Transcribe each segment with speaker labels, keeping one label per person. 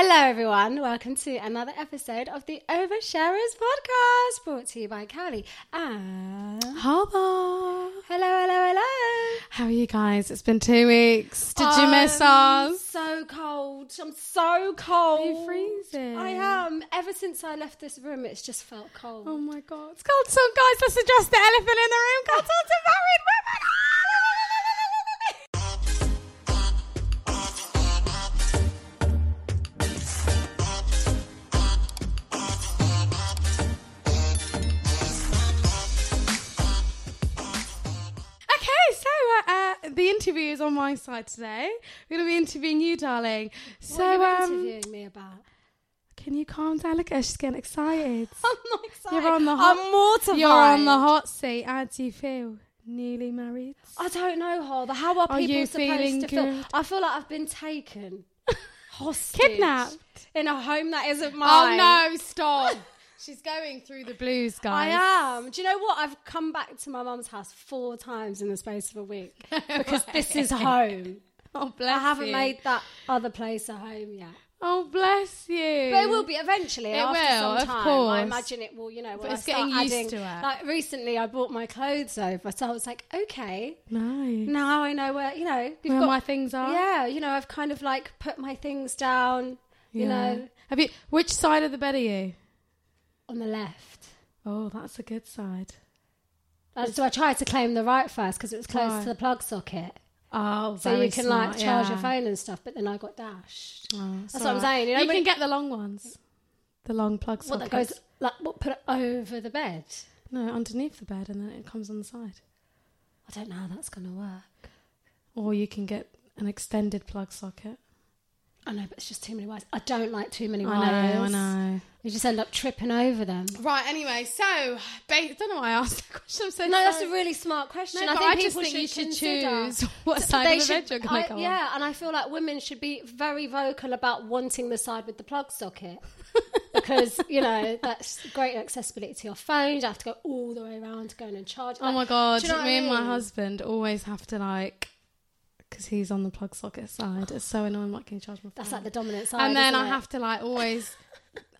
Speaker 1: Hello, everyone. Welcome to another episode of the Oversharers podcast, brought to you by Cowley. And hello,
Speaker 2: Hello.
Speaker 1: hello, hello.
Speaker 2: How are you guys? It's been two weeks. Did you miss
Speaker 1: I'm
Speaker 2: us?
Speaker 1: So cold. I'm so cold.
Speaker 2: You're freezing.
Speaker 1: I am. Ever since I left this room, it's just felt cold.
Speaker 2: Oh my god. It's called Some Guys. Let's address the elephant in the room. Called Talk to Married Women. Okay, so uh, uh, the interview is on my side today. We're going to be interviewing you, darling.
Speaker 1: What
Speaker 2: so,
Speaker 1: are you
Speaker 2: um,
Speaker 1: interviewing me about?
Speaker 2: can you calm down? Look at her, she's getting excited.
Speaker 1: I'm not excited.
Speaker 2: You're on the hot.
Speaker 1: I'm mortified.
Speaker 2: You're on the hot seat. How do you feel? Newly married.
Speaker 1: I don't know, Holder. How are
Speaker 2: Are
Speaker 1: people
Speaker 2: you
Speaker 1: supposed
Speaker 2: feeling
Speaker 1: to feel?
Speaker 2: good?
Speaker 1: I feel like I've been taken, hostage,
Speaker 2: Kidnapped.
Speaker 1: in a home that isn't mine.
Speaker 2: Oh no! Stop. she's going through the blues, guys.
Speaker 1: I am. Do you know what? I've come back to my mum's house four times in the space of a week because this is home.
Speaker 2: Oh bless
Speaker 1: I haven't
Speaker 2: you.
Speaker 1: made that other place a home yet.
Speaker 2: Oh bless you.
Speaker 1: But it will be eventually.
Speaker 2: It
Speaker 1: after
Speaker 2: will,
Speaker 1: some
Speaker 2: of
Speaker 1: time. I
Speaker 2: course.
Speaker 1: imagine it will, you know, when
Speaker 2: it's
Speaker 1: I start
Speaker 2: getting used
Speaker 1: adding,
Speaker 2: to it.
Speaker 1: Like recently, I brought my clothes over, so I was like, okay,
Speaker 2: nice.
Speaker 1: now I know where, you know, you've
Speaker 2: Where
Speaker 1: got
Speaker 2: my things are.
Speaker 1: Yeah, you know, I've kind of like put my things down, you
Speaker 2: Yeah.
Speaker 1: know,
Speaker 2: Have you? Which side of the bed are you?
Speaker 1: on the left.
Speaker 2: Oh, that's a good side.
Speaker 1: Uh, So I tried to claim the right first because it was close
Speaker 2: Right.
Speaker 1: to the plug socket.
Speaker 2: Oh,
Speaker 1: So
Speaker 2: very
Speaker 1: you can
Speaker 2: smart,
Speaker 1: like charge your
Speaker 2: yeah.
Speaker 1: phone and stuff, but then I got dashed.
Speaker 2: Oh,
Speaker 1: That's what I'm saying, you know, when
Speaker 2: can
Speaker 1: it-
Speaker 2: get the long ones. The long plug
Speaker 1: What that
Speaker 2: sockets.
Speaker 1: goes like what put it over the bed?
Speaker 2: No, underneath the bed, and then it comes on the side.
Speaker 1: I don't know how that's gonna work.
Speaker 2: Or you can get an extended plug socket.
Speaker 1: I know, but it's just too many wires. I don't like too many
Speaker 2: I
Speaker 1: wires.
Speaker 2: know, I know.
Speaker 1: You just end up tripping over them.
Speaker 2: Right. Anyway, so ba- don't know why I asked that question. I'm so
Speaker 1: No, that's a
Speaker 2: sorry.
Speaker 1: really smart question.
Speaker 2: No,
Speaker 1: I
Speaker 2: but
Speaker 1: think
Speaker 2: I just
Speaker 1: people
Speaker 2: think you should
Speaker 1: consider-
Speaker 2: choose what
Speaker 1: So
Speaker 2: side
Speaker 1: they
Speaker 2: of the
Speaker 1: should-
Speaker 2: bed you're gonna
Speaker 1: I-
Speaker 2: go on.
Speaker 1: Yeah, and I feel like women should be very vocal about wanting the side with the plug socket because you know that's great accessibility to your phone. You don't have to go all the way around to go in and charge. it.
Speaker 2: Oh my
Speaker 1: Like,
Speaker 2: god,
Speaker 1: do you know what
Speaker 2: me
Speaker 1: I
Speaker 2: and my
Speaker 1: mean?
Speaker 2: husband always have to like, because he's on the plug socket side. It's so annoying. Like, can you charge my phone?
Speaker 1: That's like the dominant side.
Speaker 2: and then
Speaker 1: isn't
Speaker 2: I
Speaker 1: it?
Speaker 2: have to like always,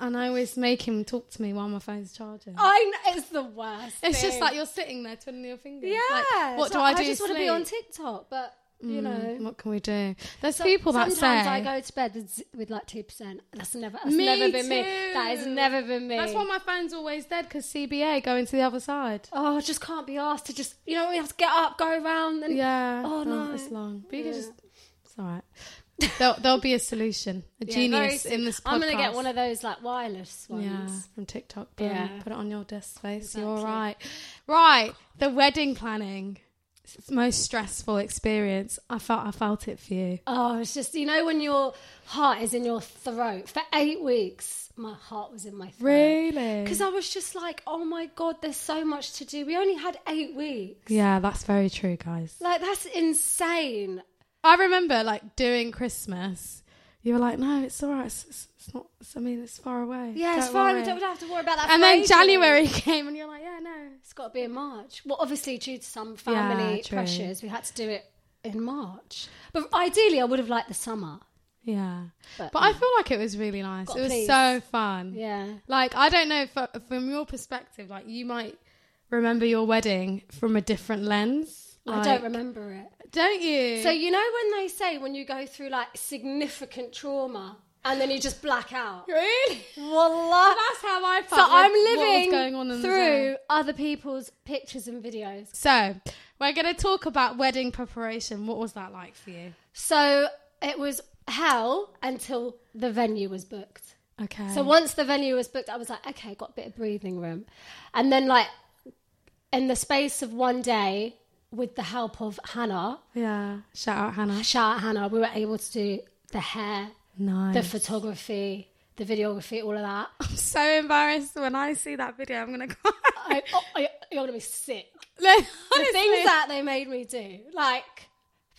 Speaker 2: and I always make him talk to me while my phone's charging.
Speaker 1: I know, it's the worst.
Speaker 2: it's just
Speaker 1: thing.
Speaker 2: like you're sitting there twiddling your fingers.
Speaker 1: yeah.
Speaker 2: Like, what
Speaker 1: it's
Speaker 2: do I
Speaker 1: like,
Speaker 2: do?
Speaker 1: I just want to be
Speaker 2: sleep?
Speaker 1: on TikTok, but you know.
Speaker 2: Mm, What can we do? There's
Speaker 1: So-
Speaker 2: people that say.
Speaker 1: sometimes I go to bed with, z- with like two percent. That's never. That's
Speaker 2: Me
Speaker 1: never been me. That has
Speaker 2: too.
Speaker 1: never been me.
Speaker 2: That's why my phone's always dead because CBA going to the other side.
Speaker 1: oh, I just can't be asked to just, you know, we have to get up, go around, and
Speaker 2: Yeah.
Speaker 1: Oh, no.
Speaker 2: it's long. But you can
Speaker 1: Yeah.
Speaker 2: just. It's all right. There'll, there'll be a solution, a
Speaker 1: Yeah,
Speaker 2: genius
Speaker 1: very-
Speaker 2: in this. Podcast.
Speaker 1: I'm gonna get one of those like wireless
Speaker 2: Yeah,
Speaker 1: ones.
Speaker 2: from TikTok. Boom.
Speaker 1: Yeah.
Speaker 2: Put it on your desk face. You're
Speaker 1: Exactly.
Speaker 2: right. Right. The wedding planning. It's the most stressful experience. I felt I felt it for you.
Speaker 1: Oh, it's just you know when your heart is in your throat for eight weeks. My heart was in my throat.
Speaker 2: Really?
Speaker 1: Because I was just like, oh my god, there's so much to do. We only had eight weeks.
Speaker 2: Yeah, that's very true, guys.
Speaker 1: Like that's insane.
Speaker 2: I remember like doing Christmas. You were like, no, it's all right. It's, it's, it's not. It's, I mean, it's far away.
Speaker 1: Yeah, it's
Speaker 2: Don't
Speaker 1: fine.
Speaker 2: worry."
Speaker 1: We don't, we don't have to worry about that.
Speaker 2: And
Speaker 1: for
Speaker 2: then
Speaker 1: ages.
Speaker 2: January came, and you're like, yeah, no.
Speaker 1: It's got to be in March. Well, obviously, due to some family
Speaker 2: Yeah, true.
Speaker 1: pressures, we had to do it in March. But ideally, I would have liked the summer.
Speaker 2: Yeah.
Speaker 1: But,
Speaker 2: But, I feel like it was really nice.
Speaker 1: Got
Speaker 2: It was
Speaker 1: pleased.
Speaker 2: so fun.
Speaker 1: Yeah.
Speaker 2: Like I don't know for, from your perspective, like you might remember your wedding from a different lens.
Speaker 1: I
Speaker 2: Like,
Speaker 1: don't remember it.
Speaker 2: Don't you?
Speaker 1: So, you know, when they say when you go through like significant trauma and then you just black out.
Speaker 2: really?
Speaker 1: Wallah.
Speaker 2: That's how I
Speaker 1: So
Speaker 2: felt. with
Speaker 1: I'm
Speaker 2: what was
Speaker 1: living
Speaker 2: going on in the day.
Speaker 1: through other people's pictures and videos.
Speaker 2: So we're going to talk about wedding preparation. What was that like for you?
Speaker 1: So it was hell until the venue was booked.
Speaker 2: Okay.
Speaker 1: So once the venue was booked, I was like, okay, got a bit of breathing room. And then like in the space of one day, with the help of Hannah,
Speaker 2: Yeah. Shout out Hannah.
Speaker 1: shout out Hannah, we were able to do the hair,
Speaker 2: Nice.
Speaker 1: the photography, the videography, all of that.
Speaker 2: I'm so embarrassed when I see that video. I'm gonna cry.
Speaker 1: I, oh, I, you're gonna be sick.
Speaker 2: Like,
Speaker 1: The
Speaker 2: honestly.
Speaker 1: things that they made me do, like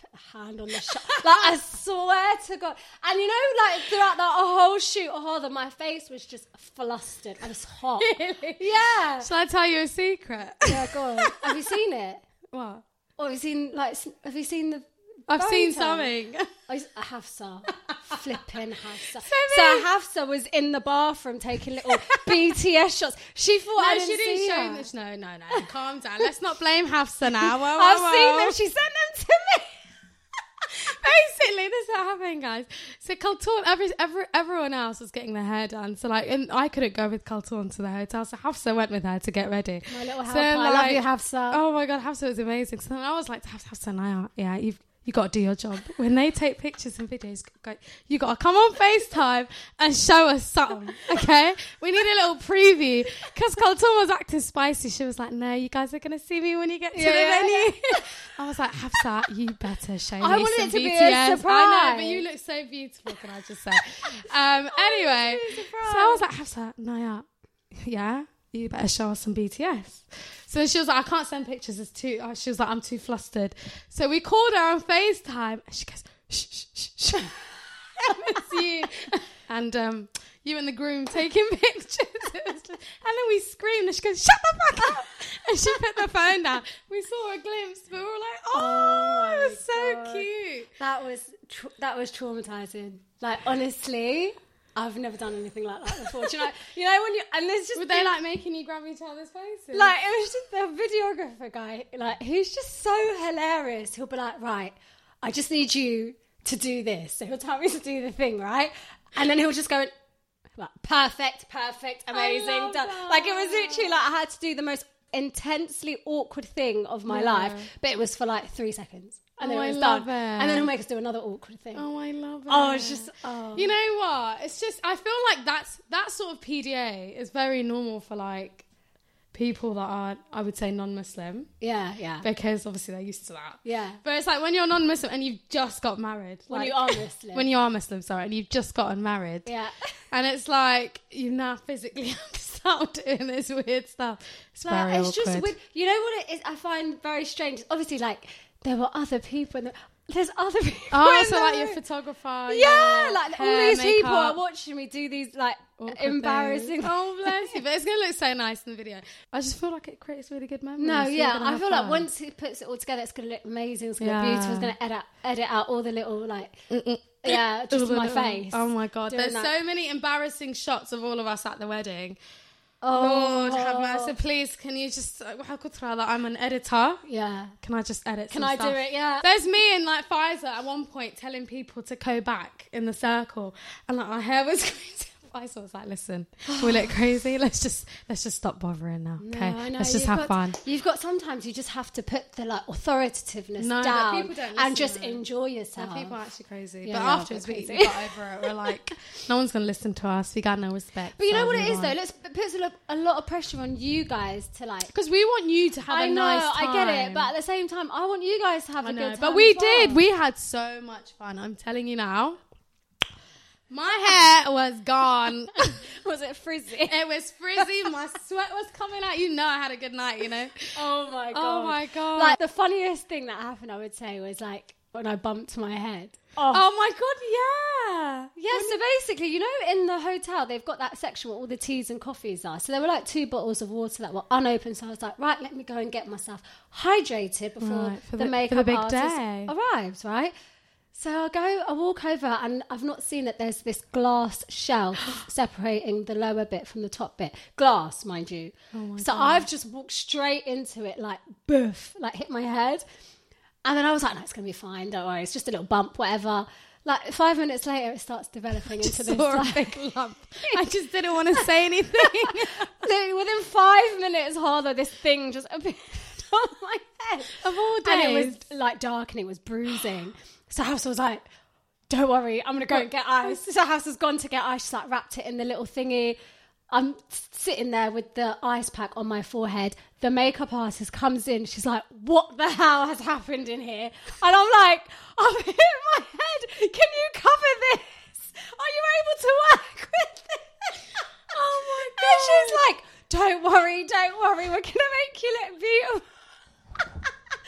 Speaker 1: put a hand on the shot, like I swear to God. And you know, like throughout that whole shoot, oh, the, my face was just flustered. I was hot. Yeah.
Speaker 2: Shall I tell you a secret?
Speaker 1: Yeah, go on. Have you seen it?
Speaker 2: What?
Speaker 1: Or have you seen like? s- Have you seen the?
Speaker 2: I've
Speaker 1: Fairy
Speaker 2: seen
Speaker 1: tale.
Speaker 2: something.
Speaker 1: I s- I have some. Flipping Hafsa. So,
Speaker 2: many-
Speaker 1: Hafsa was in the bathroom taking little BTS shots. She thought I
Speaker 2: no,
Speaker 1: didn't
Speaker 2: she didn't
Speaker 1: see
Speaker 2: show
Speaker 1: her.
Speaker 2: this. No, no, no. Calm down. Let's not blame Hafsa now. Whoa, whoa,
Speaker 1: I've seen
Speaker 2: whoa.
Speaker 1: them. She sent them to me.
Speaker 2: Basically, this is what happened, guys. So Kaltorn, every, every, everyone else was getting their hair done. So like, and I couldn't go with Kaltorn to the hotel. So Hafsa went with her to get ready.
Speaker 1: My little
Speaker 2: So
Speaker 1: helper. I
Speaker 2: then,
Speaker 1: love you, Hafsa.
Speaker 2: Oh my god, Hafsa was amazing. So then I was like, to Hafsa, Hafsa, now, yeah, you've you got to do your job. When they take pictures and videos, go, you got to come on FaceTime and show us something, okay? We need a little preview because Kaltorn was acting spicy. She was like, "No, you guys are gonna see me when you get to
Speaker 1: Yeah,
Speaker 2: the
Speaker 1: yeah,
Speaker 2: venue." I was like, Hafsa, you better show
Speaker 1: I
Speaker 2: me
Speaker 1: wanted
Speaker 2: some
Speaker 1: it to be a
Speaker 2: BTS. I know, but
Speaker 1: surprise.
Speaker 2: you look so beautiful, can I just say? Um, anyway, so I was like, Hafsa, Naya, yeah, you better show us some BTS. So she was like, I can't send pictures. It's too. oh, She was like, I'm too flustered. So we called her on Facetime, and she goes, shh, shh, shh, shh. it's you. And um, you and the groom taking pictures. It was just- and then we screamed, and she goes, "Shut the fuck up!" And she put the phone down. We saw a glimpse, but we were like, "Oh,
Speaker 1: Oh
Speaker 2: it was so
Speaker 1: my God.
Speaker 2: cute."
Speaker 1: That was tr- that was traumatizing. Like honestly, I've never done anything like that before. Do you know? You know when you and there's just
Speaker 2: Were they like making you grab each other's faces?
Speaker 1: like it was just the videographer guy. Like he's just so hilarious. He'll be like, right, I just need you to do this. So he'll tell me to do the thing, right? And then he'll just go. Like, perfect, perfect, amazing,
Speaker 2: love
Speaker 1: done.
Speaker 2: that.
Speaker 1: Like it was literally like I had to do the most intensely awkward thing of my
Speaker 2: Yeah.
Speaker 1: life, but it was for like three seconds, and then
Speaker 2: Oh,
Speaker 1: it
Speaker 2: I
Speaker 1: was
Speaker 2: love
Speaker 1: done. And then
Speaker 2: it.
Speaker 1: he'll make us do another awkward thing.
Speaker 2: oh, I love it.
Speaker 1: Oh, it's just oh.
Speaker 2: You know what? It's just I feel like that's that sort of PDA is very normal for like people that are I would say non-Muslim
Speaker 1: yeah, yeah,
Speaker 2: because obviously they're used to that.
Speaker 1: yeah.
Speaker 2: But it's like when you're non-Muslim and you've just got married.
Speaker 1: When
Speaker 2: like-
Speaker 1: you are Muslim,
Speaker 2: when you are Muslim, sorry, and you've just gotten married.
Speaker 1: yeah,
Speaker 2: And it's like you now physically have to start doing this weird stuff. It's
Speaker 1: Like,
Speaker 2: very
Speaker 1: it's just
Speaker 2: awkward.
Speaker 1: weird. You know what it is? I find very strange. Obviously, like there were other people. In the, there's other people.
Speaker 2: Oh,
Speaker 1: in
Speaker 2: so
Speaker 1: the
Speaker 2: like your
Speaker 1: room.
Speaker 2: photographer.
Speaker 1: Yeah,
Speaker 2: your
Speaker 1: like all
Speaker 2: hair,
Speaker 1: these people are
Speaker 2: makeup.
Speaker 1: watching me do these like
Speaker 2: Awkward
Speaker 1: embarrassing.
Speaker 2: things. Oh bless you! But it's gonna look so nice in the video. I just feel like it creates really good memories.
Speaker 1: No,
Speaker 2: You're
Speaker 1: yeah,
Speaker 2: gonna
Speaker 1: I
Speaker 2: have
Speaker 1: feel
Speaker 2: fun.
Speaker 1: like once he puts it all together, it's gonna look amazing. It's gonna look
Speaker 2: Yeah. Mm,
Speaker 1: beautiful. It's gonna edit edit out all the little like yeah,
Speaker 2: All
Speaker 1: just
Speaker 2: the
Speaker 1: my
Speaker 2: little-
Speaker 1: face.
Speaker 2: Oh my god!
Speaker 1: doing
Speaker 2: There's
Speaker 1: that.
Speaker 2: so many embarrassing shots of all of us at the wedding.
Speaker 1: Oh.
Speaker 2: Lord have mercy! Please, can you just? uh, That I'm an editor.
Speaker 1: Yeah,
Speaker 2: Can I just edit?
Speaker 1: Can
Speaker 2: some
Speaker 1: I do
Speaker 2: stuff?
Speaker 1: it? Yeah.
Speaker 2: There's me and like Pfizer at one point telling people to go back in the circle, and like our hair was crazy. Pfizer was like, "Listen, we look crazy. Let's just let's just stop bothering now. Okay,
Speaker 1: No, I know,
Speaker 2: let's just
Speaker 1: you've
Speaker 2: have fun."
Speaker 1: got- You've got sometimes you just have to put the like authoritativeness
Speaker 2: No, but
Speaker 1: down
Speaker 2: people don't listen,
Speaker 1: and just
Speaker 2: though.
Speaker 1: enjoy
Speaker 2: No,
Speaker 1: yourself.
Speaker 2: people are actually crazy.
Speaker 1: Yeah,
Speaker 2: but
Speaker 1: they are a
Speaker 2: afterwards,
Speaker 1: bit
Speaker 2: we, we
Speaker 1: crazy.
Speaker 2: got over it. We're like, no one's going to listen to us. We got no respect.
Speaker 1: but you know what it is though. Let's it puts a lot, a lot of pressure on you guys to like.
Speaker 2: Because we want you to have
Speaker 1: I
Speaker 2: a
Speaker 1: know,
Speaker 2: nice time.
Speaker 1: I get it, but at the same time, I want you guys to have
Speaker 2: I
Speaker 1: a
Speaker 2: know.
Speaker 1: good time.
Speaker 2: But we
Speaker 1: as well.
Speaker 2: did. We had so much fun. I'm telling you now. My hair was gone.
Speaker 1: was it frizzy?
Speaker 2: it was frizzy. My sweat was coming out. You know, I had a good night. You know.
Speaker 1: Oh my god!
Speaker 2: Oh my god.
Speaker 1: Like the funniest thing that happened, I would say, was like when I bumped my head.
Speaker 2: oh my god. Yeah.
Speaker 1: Yeah, so basically, you know, in the hotel, they've got that section where all the teas and coffees are. So there were like two bottles of water that were unopened. So I was like, right, let me go and get myself hydrated before
Speaker 2: Right, for
Speaker 1: the,
Speaker 2: the- for
Speaker 1: makeup
Speaker 2: the big
Speaker 1: artist
Speaker 2: day.
Speaker 1: arrives, right? So I go, I walk over, and I've not seen that there's this glass shelf separating the lower bit from the top bit. Glass, mind you.
Speaker 2: Oh
Speaker 1: so I've just walked straight into it, like, boof, like hit my head. And then I was like, no, it's going to be fine. Don't worry. It's just a little bump, whatever. Like five minutes later, it starts developing into this.
Speaker 2: Saw a
Speaker 1: Like,
Speaker 2: big lump. I just didn't want to say anything.
Speaker 1: literally within five minutes, harder, this thing just appeared on my head.
Speaker 2: Of all
Speaker 1: And it
Speaker 2: days.
Speaker 1: was like dark and it was bruising. So House was like, don't worry, I'm going to go and get ice. So House has gone to get ice. She's like, wrapped it in the little thingy. I'm sitting there with the ice pack on my forehead. The makeup artist comes in. She's like, "What the hell has happened in here?" And I'm like, "I've hit my head. Can you cover this? Are you able to work with this?" Oh my god! she's like, "Don't worry, don't worry. We're gonna make you look beautiful."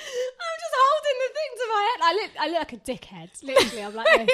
Speaker 1: I'm just holding the thing to my head. I look, I look like a dickhead. Literally, I'm like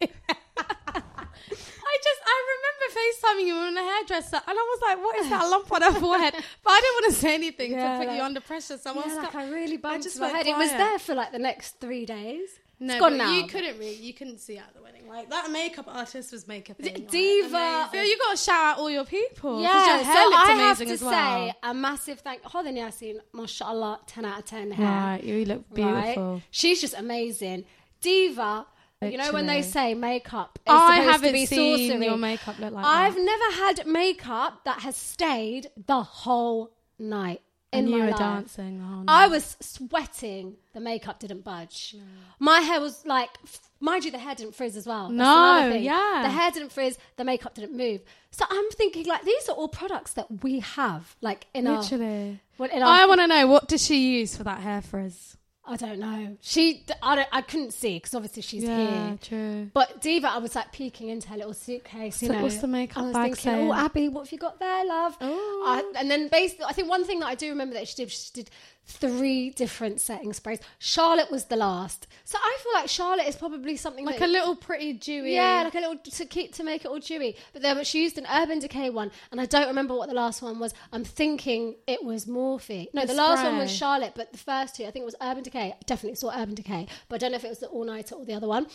Speaker 1: this.
Speaker 2: I just I remember FaceTiming you in a hairdresser and I was like, what is that lump on her forehead? But I didn't want to say anything
Speaker 1: Yeah,
Speaker 2: to put
Speaker 1: like-
Speaker 2: you under pressure. So I was
Speaker 1: Yeah, like
Speaker 2: ca-
Speaker 1: I really bumped
Speaker 2: just
Speaker 1: my
Speaker 2: went
Speaker 1: head. It was
Speaker 2: quiet.
Speaker 1: there for like the next three days.
Speaker 2: no,
Speaker 1: it's gone
Speaker 2: but
Speaker 1: now.
Speaker 2: you couldn't really you couldn't see out the wedding. Like that makeup artist was makeup.
Speaker 1: diva.
Speaker 2: So you gotta shout out all your people. 'cause
Speaker 1: Yeah,
Speaker 2: your
Speaker 1: so
Speaker 2: hair looked
Speaker 1: I have
Speaker 2: amazing
Speaker 1: to
Speaker 2: as well.
Speaker 1: say a massive thank. Hodani Yassin, mashallah, ten out of ten hair.
Speaker 2: Right, you look
Speaker 1: Right?
Speaker 2: beautiful.
Speaker 1: She's just amazing, diva. You know when they
Speaker 2: Literally.
Speaker 1: say makeup is
Speaker 2: I
Speaker 1: supposed
Speaker 2: haven't
Speaker 1: to be
Speaker 2: seen
Speaker 1: sorcery.
Speaker 2: your makeup look like
Speaker 1: I've
Speaker 2: that.
Speaker 1: never had makeup that has stayed the whole night in
Speaker 2: And you
Speaker 1: my
Speaker 2: were
Speaker 1: life.
Speaker 2: dancing. Oh, no.
Speaker 1: I was sweating. The makeup didn't
Speaker 2: Mm.
Speaker 1: budge. My hair was like, f- mind you, the hair didn't frizz as well. That's
Speaker 2: No,
Speaker 1: another thing.
Speaker 2: yeah.
Speaker 1: The hair didn't frizz. The makeup didn't move. So I'm thinking, like, these are all products that we have, like in our.
Speaker 2: literally.
Speaker 1: Well, in
Speaker 2: I
Speaker 1: our
Speaker 2: want to know what does she use for that hair frizz?
Speaker 1: I don't know. She, I, don't, I couldn't see because obviously she's here.
Speaker 2: true.
Speaker 1: But Diva, I was like peeking into her little suitcase. You
Speaker 2: So
Speaker 1: know,
Speaker 2: what's the makeup
Speaker 1: I was
Speaker 2: bag Oh.
Speaker 1: thinking,
Speaker 2: saying?
Speaker 1: oh Abby, what have you got there, love?
Speaker 2: Ooh.
Speaker 1: I, and then basically, I think one thing that I do remember that she did, she did three different setting sprays. Charlotte was the last, so I feel like Charlotte is probably something
Speaker 2: Like
Speaker 1: that-
Speaker 2: a little pretty dewy.
Speaker 1: yeah, like a little to keep to make it all dewy. But then she used an Urban Decay one, and I don't remember what the last one was. I'm thinking it was Morphe. No, the,
Speaker 2: The
Speaker 1: last one was
Speaker 2: spray.
Speaker 1: Charlotte, but the first two, I think it was Urban Decay. I definitely saw Urban Decay, but I don't know if it was the All Nighter or the other one.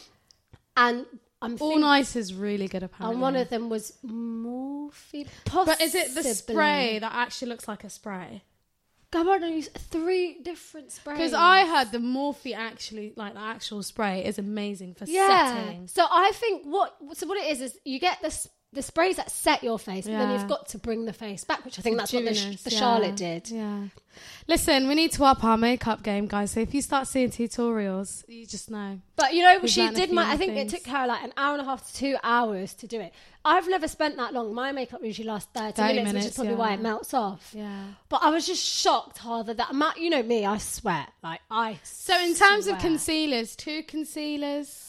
Speaker 1: And I'm
Speaker 2: all
Speaker 1: thinking,
Speaker 2: nice is really good apparently.
Speaker 1: and one of them was Morphe. Possibly.
Speaker 2: but is it the spray that actually looks like a spray?
Speaker 1: Come on, I used three different sprays.
Speaker 2: Because I heard the Morphe actually, like the actual spray, is amazing for setting.
Speaker 1: So I think what so what it is is you get the s- the sprays that set your face, but then
Speaker 2: Yeah.
Speaker 1: you've got to bring the face back, which I think that's what the, sh-
Speaker 2: Dewiness,
Speaker 1: the
Speaker 2: yeah.
Speaker 1: Charlotte did.
Speaker 2: Yeah. Listen, we need to up our makeup game, guys. So if you start seeing tutorials, you just know.
Speaker 1: But you know,
Speaker 2: We've
Speaker 1: she
Speaker 2: learned a
Speaker 1: did
Speaker 2: few
Speaker 1: my.
Speaker 2: more
Speaker 1: I think
Speaker 2: things.
Speaker 1: it took her like an hour and a half to two hours to do it. I've never spent that long. My makeup usually lasts thirty,
Speaker 2: 30
Speaker 1: minutes, which is
Speaker 2: minutes,
Speaker 1: probably
Speaker 2: yeah.
Speaker 1: why it melts off.
Speaker 2: Yeah.
Speaker 1: But I was just shocked, Harder, that amount. You know me, I sweat. Like I.
Speaker 2: So in terms of
Speaker 1: swear.
Speaker 2: concealers, two concealers.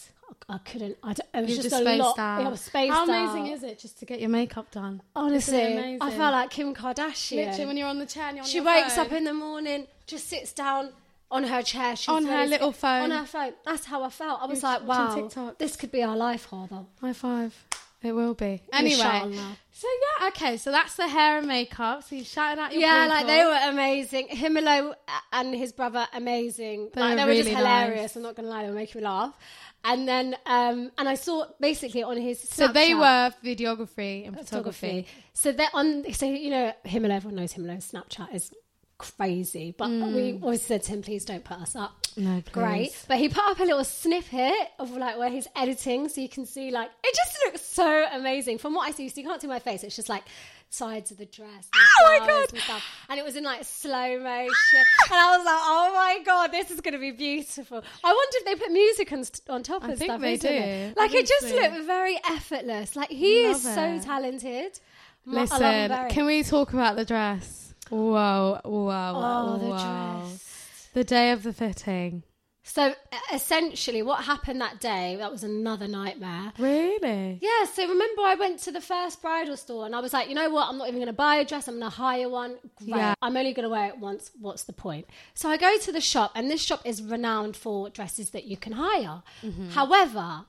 Speaker 1: I couldn't. I don't, it was
Speaker 2: You
Speaker 1: just,
Speaker 2: just,
Speaker 1: a
Speaker 2: spaced
Speaker 1: lot.
Speaker 2: out.
Speaker 1: Yeah, I was spaced
Speaker 2: How
Speaker 1: out.
Speaker 2: amazing is it just to get your makeup done? Isn't it
Speaker 1: Honestly, I
Speaker 2: amazing?
Speaker 1: felt like Kim Kardashian.
Speaker 2: Literally, when you're on the chair, and you're on
Speaker 1: She
Speaker 2: your
Speaker 1: wakes
Speaker 2: phone.
Speaker 1: up in the morning, just sits down on her chair, she's
Speaker 2: On her
Speaker 1: ready to-
Speaker 2: little
Speaker 1: on
Speaker 2: phone.
Speaker 1: her phone. That's how I felt. I was
Speaker 2: You're
Speaker 1: like,
Speaker 2: just watching
Speaker 1: wow,
Speaker 2: TikToks.
Speaker 1: this could be our life, Harder.
Speaker 2: High five. It will be. Anyway.
Speaker 1: Inshallah.
Speaker 2: So yeah, okay. So that's the hair and makeup. So you shouted out your
Speaker 1: Yeah, like
Speaker 2: people.
Speaker 1: they were amazing. Himalo and his brother, amazing.
Speaker 2: They
Speaker 1: like
Speaker 2: were
Speaker 1: they were just
Speaker 2: really
Speaker 1: hilarious.
Speaker 2: nice.
Speaker 1: I'm not gonna lie, they were making me laugh. And then, um, and I saw basically on his
Speaker 2: So they
Speaker 1: Snapchat-
Speaker 2: were videography and photography.
Speaker 1: So they're on. So you know, Himalo. Everyone knows Himalo. Snapchat is crazy, but we always said to him, "Please don't put us up."
Speaker 2: Mm. No,
Speaker 1: Great,
Speaker 2: please.
Speaker 1: but he put up a little snippet of like where he's editing, so you can see like it just looks so amazing. From what I see, so you can't see my face. It's just like sides of the dress. And
Speaker 2: Oh my
Speaker 1: flowers
Speaker 2: God.
Speaker 1: And, stuff. and it was in like slow motion, and I was like, "Oh my god, this is going to be beautiful." I wonder if they put music on, st- on top
Speaker 2: I
Speaker 1: and
Speaker 2: think
Speaker 1: stuff.
Speaker 2: they
Speaker 1: isn't
Speaker 2: do.
Speaker 1: It? Like
Speaker 2: I
Speaker 1: it
Speaker 2: think
Speaker 1: just
Speaker 2: so.
Speaker 1: looked very effortless. Like he is
Speaker 2: Love
Speaker 1: so
Speaker 2: it.
Speaker 1: talented. Ma- I love him
Speaker 2: Listen,
Speaker 1: very-
Speaker 2: can we talk about the dress? Whoa, whoa,
Speaker 1: Oh,
Speaker 2: whoa,
Speaker 1: the
Speaker 2: whoa.
Speaker 1: dress.
Speaker 2: The day of the fitting.
Speaker 1: So e- essentially, what happened that day? That was another nightmare.
Speaker 2: Really?
Speaker 1: Yeah, so remember I went to the first bridal store and I was like, you know what, I'm not even going to buy a dress, I'm going to hire one. Great.
Speaker 2: Yeah.
Speaker 1: I'm only going to wear it once. What's the point? So I go to the shop and this shop is renowned for dresses that you can hire.
Speaker 2: Mm-hmm.
Speaker 1: However,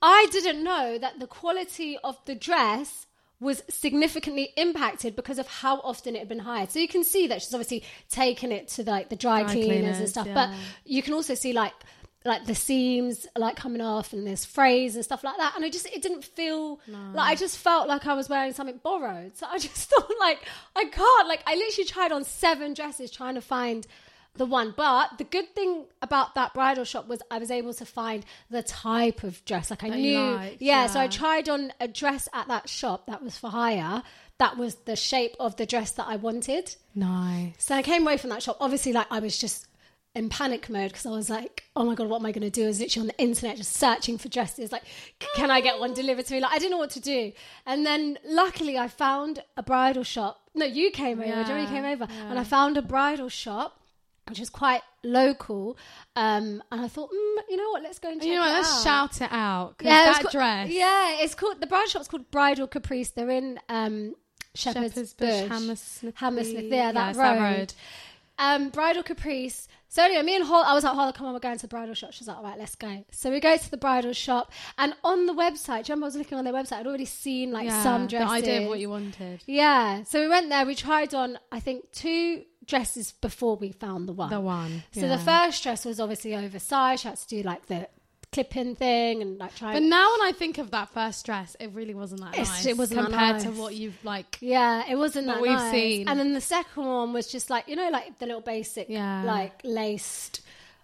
Speaker 1: I didn't know that the quality of the dress was significantly impacted because of how often it had been hired. So you can see that she's obviously taken it to like the dry,
Speaker 2: Dry
Speaker 1: cleaners, and
Speaker 2: cleaners,
Speaker 1: stuff,
Speaker 2: yeah.
Speaker 1: but you can also see like like the seams like coming off and there's frays and stuff like that and i just it didn't feel like i just felt like i was wearing something borrowed so i just thought like i can't like i literally tried on seven dresses trying to find the one but the good thing about that bridal shop was i was able to find the type of dress like i
Speaker 2: That you
Speaker 1: knew
Speaker 2: liked,
Speaker 1: yeah so i
Speaker 2: yeah.
Speaker 1: tried on a dress at that shop that was for hire that was the shape of the dress that i wanted
Speaker 2: Nice.
Speaker 1: so I came away from that shop. Obviously, like I was just in panic mode because I was like, oh my God, what am I going to do? I was literally on the internet just searching for dresses. Like, c- can I get one delivered to me? Like, I didn't know what to do. And then luckily I found a bridal shop. No, you came over,
Speaker 2: Yeah,
Speaker 1: Jerry came over. And I found a bridal shop. Which is quite local, um, and I thought, mm, you know what? Let's go and check
Speaker 2: You know
Speaker 1: it
Speaker 2: what? Let's
Speaker 1: out.
Speaker 2: shout it out. 'cause
Speaker 1: Yeah, it was
Speaker 2: that
Speaker 1: called-
Speaker 2: dress.
Speaker 1: Yeah, it's called the bridal shop's called Bridal Caprice. They're in um, Shepherd's,
Speaker 2: Shepherd's
Speaker 1: Bush,
Speaker 2: Bush, Hammersmith-
Speaker 1: Hammersmith. Yeah, that,
Speaker 2: it's
Speaker 1: road. Um, bridal Caprice. So anyway, me and Hol, I was like, Hol, come on, we're going to the bridal shop. She's like, all right, let's go. So we go to the bridal shop, and on the website, do you remember I was looking on their website. I'd already seen like
Speaker 2: Yeah,
Speaker 1: some dresses.
Speaker 2: The idea of what you wanted.
Speaker 1: Yeah. So we went there. We tried on, I think, two dresses before we found the one.
Speaker 2: The one.
Speaker 1: So
Speaker 2: yeah.
Speaker 1: the first dress was obviously oversized. She had to do like the clip-in thing and like try.
Speaker 2: But now when I think of that first dress, it really wasn't that
Speaker 1: It's-
Speaker 2: nice.
Speaker 1: it wasn't that
Speaker 2: compared to
Speaker 1: nice.
Speaker 2: what you've like.
Speaker 1: Yeah, it wasn't
Speaker 2: That
Speaker 1: that
Speaker 2: we've
Speaker 1: nice.
Speaker 2: seen.
Speaker 1: And then the second one was just like you know, like the little basic,
Speaker 2: Yeah.
Speaker 1: like laced,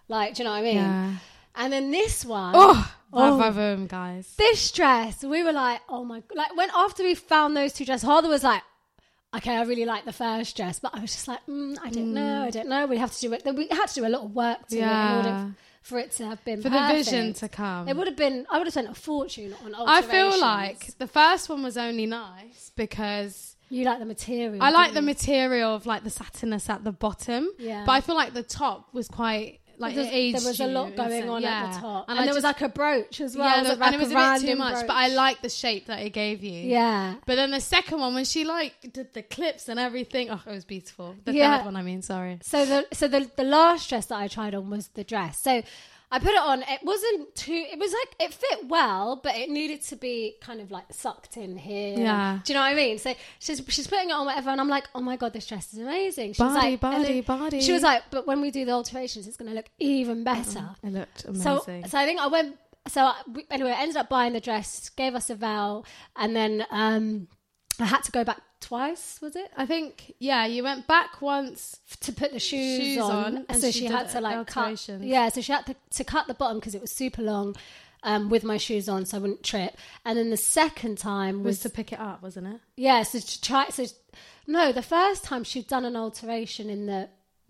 Speaker 1: like do you know what I mean?
Speaker 2: Yeah.
Speaker 1: And then this one,
Speaker 2: Oh,
Speaker 1: Oh.
Speaker 2: love them guys.
Speaker 1: this dress, we were like, oh my, g- like when after we found those two dresses, Harder was like. Okay, I really like the first dress, but I was just like, mm, I don't know, I don't know. We have to do it. We had to do a lot of work to it in
Speaker 2: Yeah.
Speaker 1: order for it to have been
Speaker 2: For the
Speaker 1: perfect.
Speaker 2: vision to come.
Speaker 1: It would have been. I would have spent a fortune on.
Speaker 2: I feel
Speaker 1: alterations.
Speaker 2: like the first one was only nice because
Speaker 1: you like the material.
Speaker 2: I like
Speaker 1: didn't
Speaker 2: the
Speaker 1: you?
Speaker 2: material of like the satinus at the bottom.
Speaker 1: Yeah.
Speaker 2: But I feel like the top was quite like
Speaker 1: There was-
Speaker 2: it aged
Speaker 1: there was a
Speaker 2: you
Speaker 1: lot
Speaker 2: in
Speaker 1: going
Speaker 2: sense.
Speaker 1: on at
Speaker 2: Yeah.
Speaker 1: the top,
Speaker 2: And,
Speaker 1: and,
Speaker 2: I
Speaker 1: there was like
Speaker 2: just-
Speaker 1: a brooch as well.
Speaker 2: yeah,
Speaker 1: there was,
Speaker 2: the- and
Speaker 1: like,
Speaker 2: it was a, bit too
Speaker 1: random
Speaker 2: much.
Speaker 1: brooch.
Speaker 2: But I like the shape that it gave you.
Speaker 1: yeah,
Speaker 2: But then the second one, when she like did the clips and everything, oh, it was beautiful. The
Speaker 1: Yeah.
Speaker 2: third one, I mean, sorry.
Speaker 1: so the so the the last dress that I tried on was the dress. So I put it on. It wasn't too. It was like it fit well, but it needed to be kind of like sucked in here.
Speaker 2: Yeah.
Speaker 1: do you know what I mean? So she's she's putting it on whatever, and I'm like, oh my god, this dress is amazing. She was
Speaker 2: Body,
Speaker 1: like, and then
Speaker 2: body, body. Mm-hmm.
Speaker 1: She was like, but when we do the alterations, it's going to look even better.
Speaker 2: It looked
Speaker 1: So,
Speaker 2: amazing.
Speaker 1: so I think I went. So I- we, anyway, I ended up buying the dress, gave us a vow, and then um, I had to go back twice. Was it
Speaker 2: I think, yeah, you went back once.
Speaker 1: F- to put the shoes,
Speaker 2: Shoes
Speaker 1: on?
Speaker 2: on, and
Speaker 1: so
Speaker 2: she
Speaker 1: she,
Speaker 2: did
Speaker 1: had to like cut.
Speaker 2: alterations.
Speaker 1: Yeah, so she had to, to cut the bottom because it was super long. Um, with my shoes on, so I wouldn't trip. And then the second time
Speaker 2: Was
Speaker 1: was,
Speaker 2: to pick it up, wasn't it?
Speaker 1: yeah. So to try. So no, the first time she'd done an alteration in the,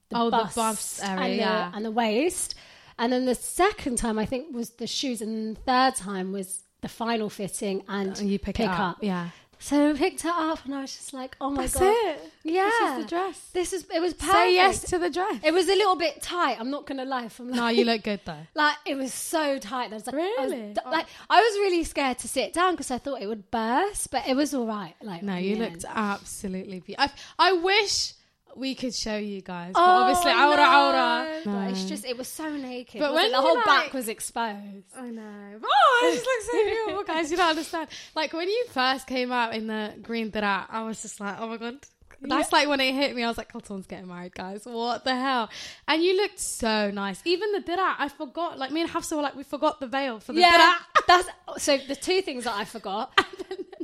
Speaker 1: the
Speaker 2: Oh, the
Speaker 1: bust
Speaker 2: bust area,
Speaker 1: and the,
Speaker 2: yeah.
Speaker 1: and the waist. And then the second time I think was the shoes, and the third time was the final fitting and
Speaker 2: And Oh, you pick, it up. Oh Yeah.
Speaker 1: So I picked it up, and I was just like, "Oh my
Speaker 2: That's
Speaker 1: god,
Speaker 2: it.
Speaker 1: yeah,
Speaker 2: the dress.
Speaker 1: This is it was perfect.
Speaker 2: Say yes to the dress.
Speaker 1: It was a little bit tight. I'm not gonna lie. From like,
Speaker 2: no, you look good though.
Speaker 1: like it was so tight. That I was like, I was-
Speaker 2: Really? Oh.
Speaker 1: d- like I was really scared to sit down because I thought it would burst, but it was all right. Like
Speaker 2: No,
Speaker 1: in
Speaker 2: you
Speaker 1: the
Speaker 2: looked
Speaker 1: end.
Speaker 2: absolutely beautiful. I, I wish we could show you guys. But
Speaker 1: Oh,
Speaker 2: obviously, aura,
Speaker 1: no.
Speaker 2: aura.
Speaker 1: Like, It's just it was so naked.
Speaker 2: But
Speaker 1: But
Speaker 2: when
Speaker 1: when the
Speaker 2: you,
Speaker 1: whole
Speaker 2: like-
Speaker 1: back was exposed.
Speaker 2: I know. Oh, it just looks so beautiful, guys. You don't understand. Like when you first came out in the green that I was just like, oh my god. That's like when it hit me. I was like, oh, someone's getting married, guys. What the hell? And you looked so nice. Even the dirat, I forgot. Like me and Hafsa were like, we forgot the veil for the
Speaker 1: Yeah,
Speaker 2: dirat.
Speaker 1: that's so. The two things that I forgot.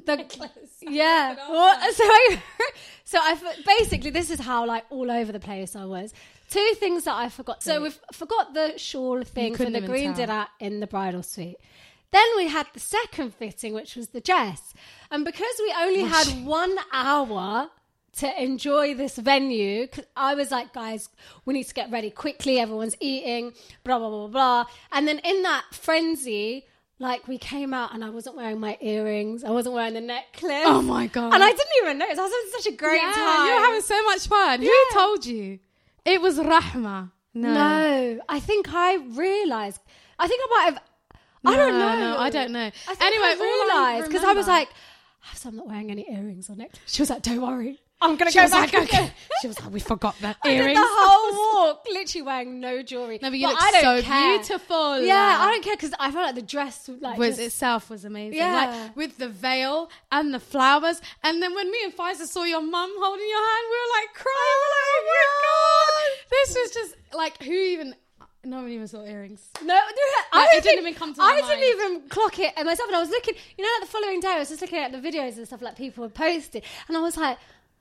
Speaker 1: the
Speaker 2: necklace.
Speaker 1: Yeah. Well, so I, so I f- basically this is how like all over the place I was. Two things that I forgot. So we forgot the shawl thing for
Speaker 2: couldn't
Speaker 1: the
Speaker 2: even
Speaker 1: green
Speaker 2: tell.
Speaker 1: dinner in the bridal suite. Then we had the second fitting, which was the dress, and because we only had one hour to enjoy this venue, 'cause I was like, guys, we need to get ready quickly. Everyone's eating, blah blah blah blah. And then in that frenzy. Like we came out and I wasn't wearing my earrings. I wasn't wearing the necklace.
Speaker 2: Oh my God.
Speaker 1: And I didn't even notice. I was having such a great
Speaker 2: Yeah,
Speaker 1: time.
Speaker 2: You were having so much fun. Who
Speaker 1: Yeah.
Speaker 2: told you? It was Rahma. No.
Speaker 1: no, I think I realized. I think I might have. I don't
Speaker 2: No,
Speaker 1: know.
Speaker 2: no, I don't know.
Speaker 1: I think
Speaker 2: Anyway, all I
Speaker 1: I realized because I, was
Speaker 2: remember-
Speaker 1: like, "Hafsa, I'm not wearing any earrings or necklace. She was like, "Don't worry, I'm gonna
Speaker 2: She
Speaker 1: go
Speaker 2: was
Speaker 1: back."
Speaker 2: like,
Speaker 1: again."
Speaker 2: okay. She was like, we forgot the
Speaker 1: I did
Speaker 2: earrings.
Speaker 1: the whole walk, literally wearing no jewelry.
Speaker 2: No, but you look
Speaker 1: I don't
Speaker 2: so
Speaker 1: care.
Speaker 2: beautiful.
Speaker 1: Yeah, I don't care because I felt like the dress like
Speaker 2: was
Speaker 1: just-
Speaker 2: itself was amazing.
Speaker 1: Yeah.
Speaker 2: Like with the veil and the flowers. And then when me and Pfizer saw your mum holding your hand, we were like crying. we were like, oh my god. This was just like who even no one even saw earrings.
Speaker 1: No, no, I
Speaker 2: it
Speaker 1: don't
Speaker 2: didn't
Speaker 1: think-
Speaker 2: even come to
Speaker 1: I
Speaker 2: my
Speaker 1: didn't even clock it and myself. And I was looking, you know, like the following day, I was just looking at the videos and stuff like people had posted, and I was like,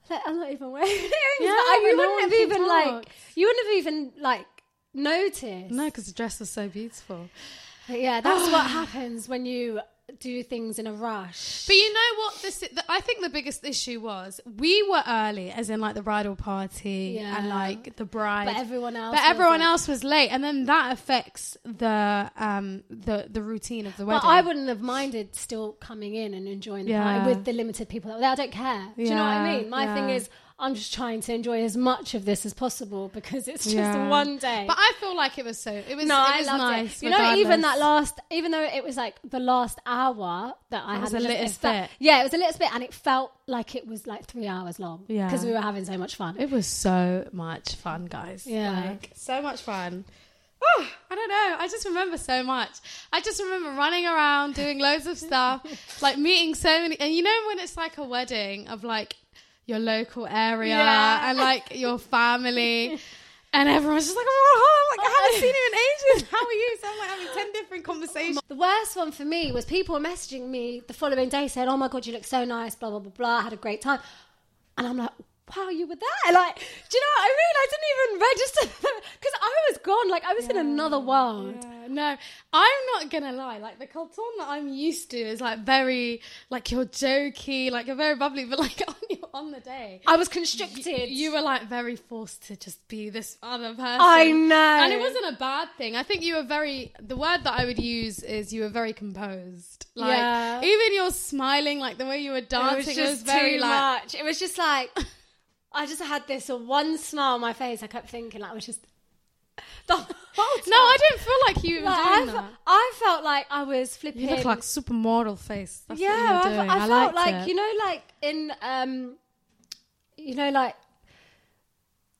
Speaker 1: like, I'm not even wearing earrings.
Speaker 2: Yeah,
Speaker 1: Like, I- you
Speaker 2: but no
Speaker 1: wouldn't
Speaker 2: one
Speaker 1: have even
Speaker 2: can
Speaker 1: like, you wouldn't have even like noticed.
Speaker 2: No, because the dress was so beautiful.
Speaker 1: But yeah, that's what happens when you do things in a rush.
Speaker 2: But you know what? This the, I think the biggest issue was we were early, as in like the bridal party
Speaker 1: Yeah.
Speaker 2: and like the bride.
Speaker 1: But everyone else
Speaker 2: but everyone
Speaker 1: wasn't.
Speaker 2: else was late, and then that affects the um the the routine of the wedding.
Speaker 1: But I wouldn't have minded still coming in and enjoying the
Speaker 2: Yeah.
Speaker 1: party with the limited people that were there. I don't care. Do you know what I
Speaker 2: Yeah,
Speaker 1: mean? My thing
Speaker 2: yeah.
Speaker 1: is, I'm just trying to enjoy as much of this as possible because it's just
Speaker 2: Yeah.
Speaker 1: one day.
Speaker 2: But I feel like it was so. It was.
Speaker 1: no,
Speaker 2: it
Speaker 1: I
Speaker 2: was
Speaker 1: loved
Speaker 2: nice.
Speaker 1: it. You know, even that
Speaker 2: regardless.
Speaker 1: last, even though it was like the last hour that I
Speaker 2: It
Speaker 1: had,
Speaker 2: was
Speaker 1: it
Speaker 2: the
Speaker 1: just- it
Speaker 2: littlest
Speaker 1: felt-
Speaker 2: bit.
Speaker 1: Yeah, it was a little bit, and it felt like it was like three hours long.
Speaker 2: Yeah.
Speaker 1: because we were having so much fun.
Speaker 2: It was so much fun, guys.
Speaker 1: Yeah.
Speaker 2: Like, so much fun. Oh, I don't know. I just remember so much. I just remember running around, doing loads of stuff, like meeting so many. And you know when it's like a wedding of like your local area
Speaker 1: Yeah.
Speaker 2: and like your family. And everyone's just like, oh, like, I haven't seen you in ages. How are you? So I'm like having 10 different
Speaker 1: Oh
Speaker 2: conversations.
Speaker 1: The worst one for me was people messaging me the following day saying, "Oh my god, you look so nice," blah blah blah blah. I had a great time, and I'm like, "Wow, you were there!" Like, do you know what I mean? I didn't even register because I was gone. Like, I was in another world.
Speaker 2: Yeah, no, I'm not gonna lie. Like the Colton that I'm used to is like very like you're jokey, like you're very bubbly, but like on your, on the day.
Speaker 1: I was constricted.
Speaker 2: You were like very forced to just be this other person.
Speaker 1: I know.
Speaker 2: And it wasn't a bad thing. I think you were very, the word that I would use is you were very composed. Like,
Speaker 1: Yeah.
Speaker 2: even your smiling, like the way you were
Speaker 1: It
Speaker 2: dancing,
Speaker 1: was just
Speaker 2: very
Speaker 1: too
Speaker 2: like,
Speaker 1: much. It was just like I just had this one smile on my face. I kept thinking, like, I was just the whole time.
Speaker 2: no, I didn't feel like you were
Speaker 1: Like, I,
Speaker 2: doing
Speaker 1: fe-
Speaker 2: that.
Speaker 1: I felt like I was flipping.
Speaker 2: You look like supermodel face. That's
Speaker 1: yeah,
Speaker 2: what
Speaker 1: I,
Speaker 2: you were
Speaker 1: fe-
Speaker 2: doing.
Speaker 1: I felt
Speaker 2: liked
Speaker 1: like
Speaker 2: it.
Speaker 1: you know, like in um, you know, like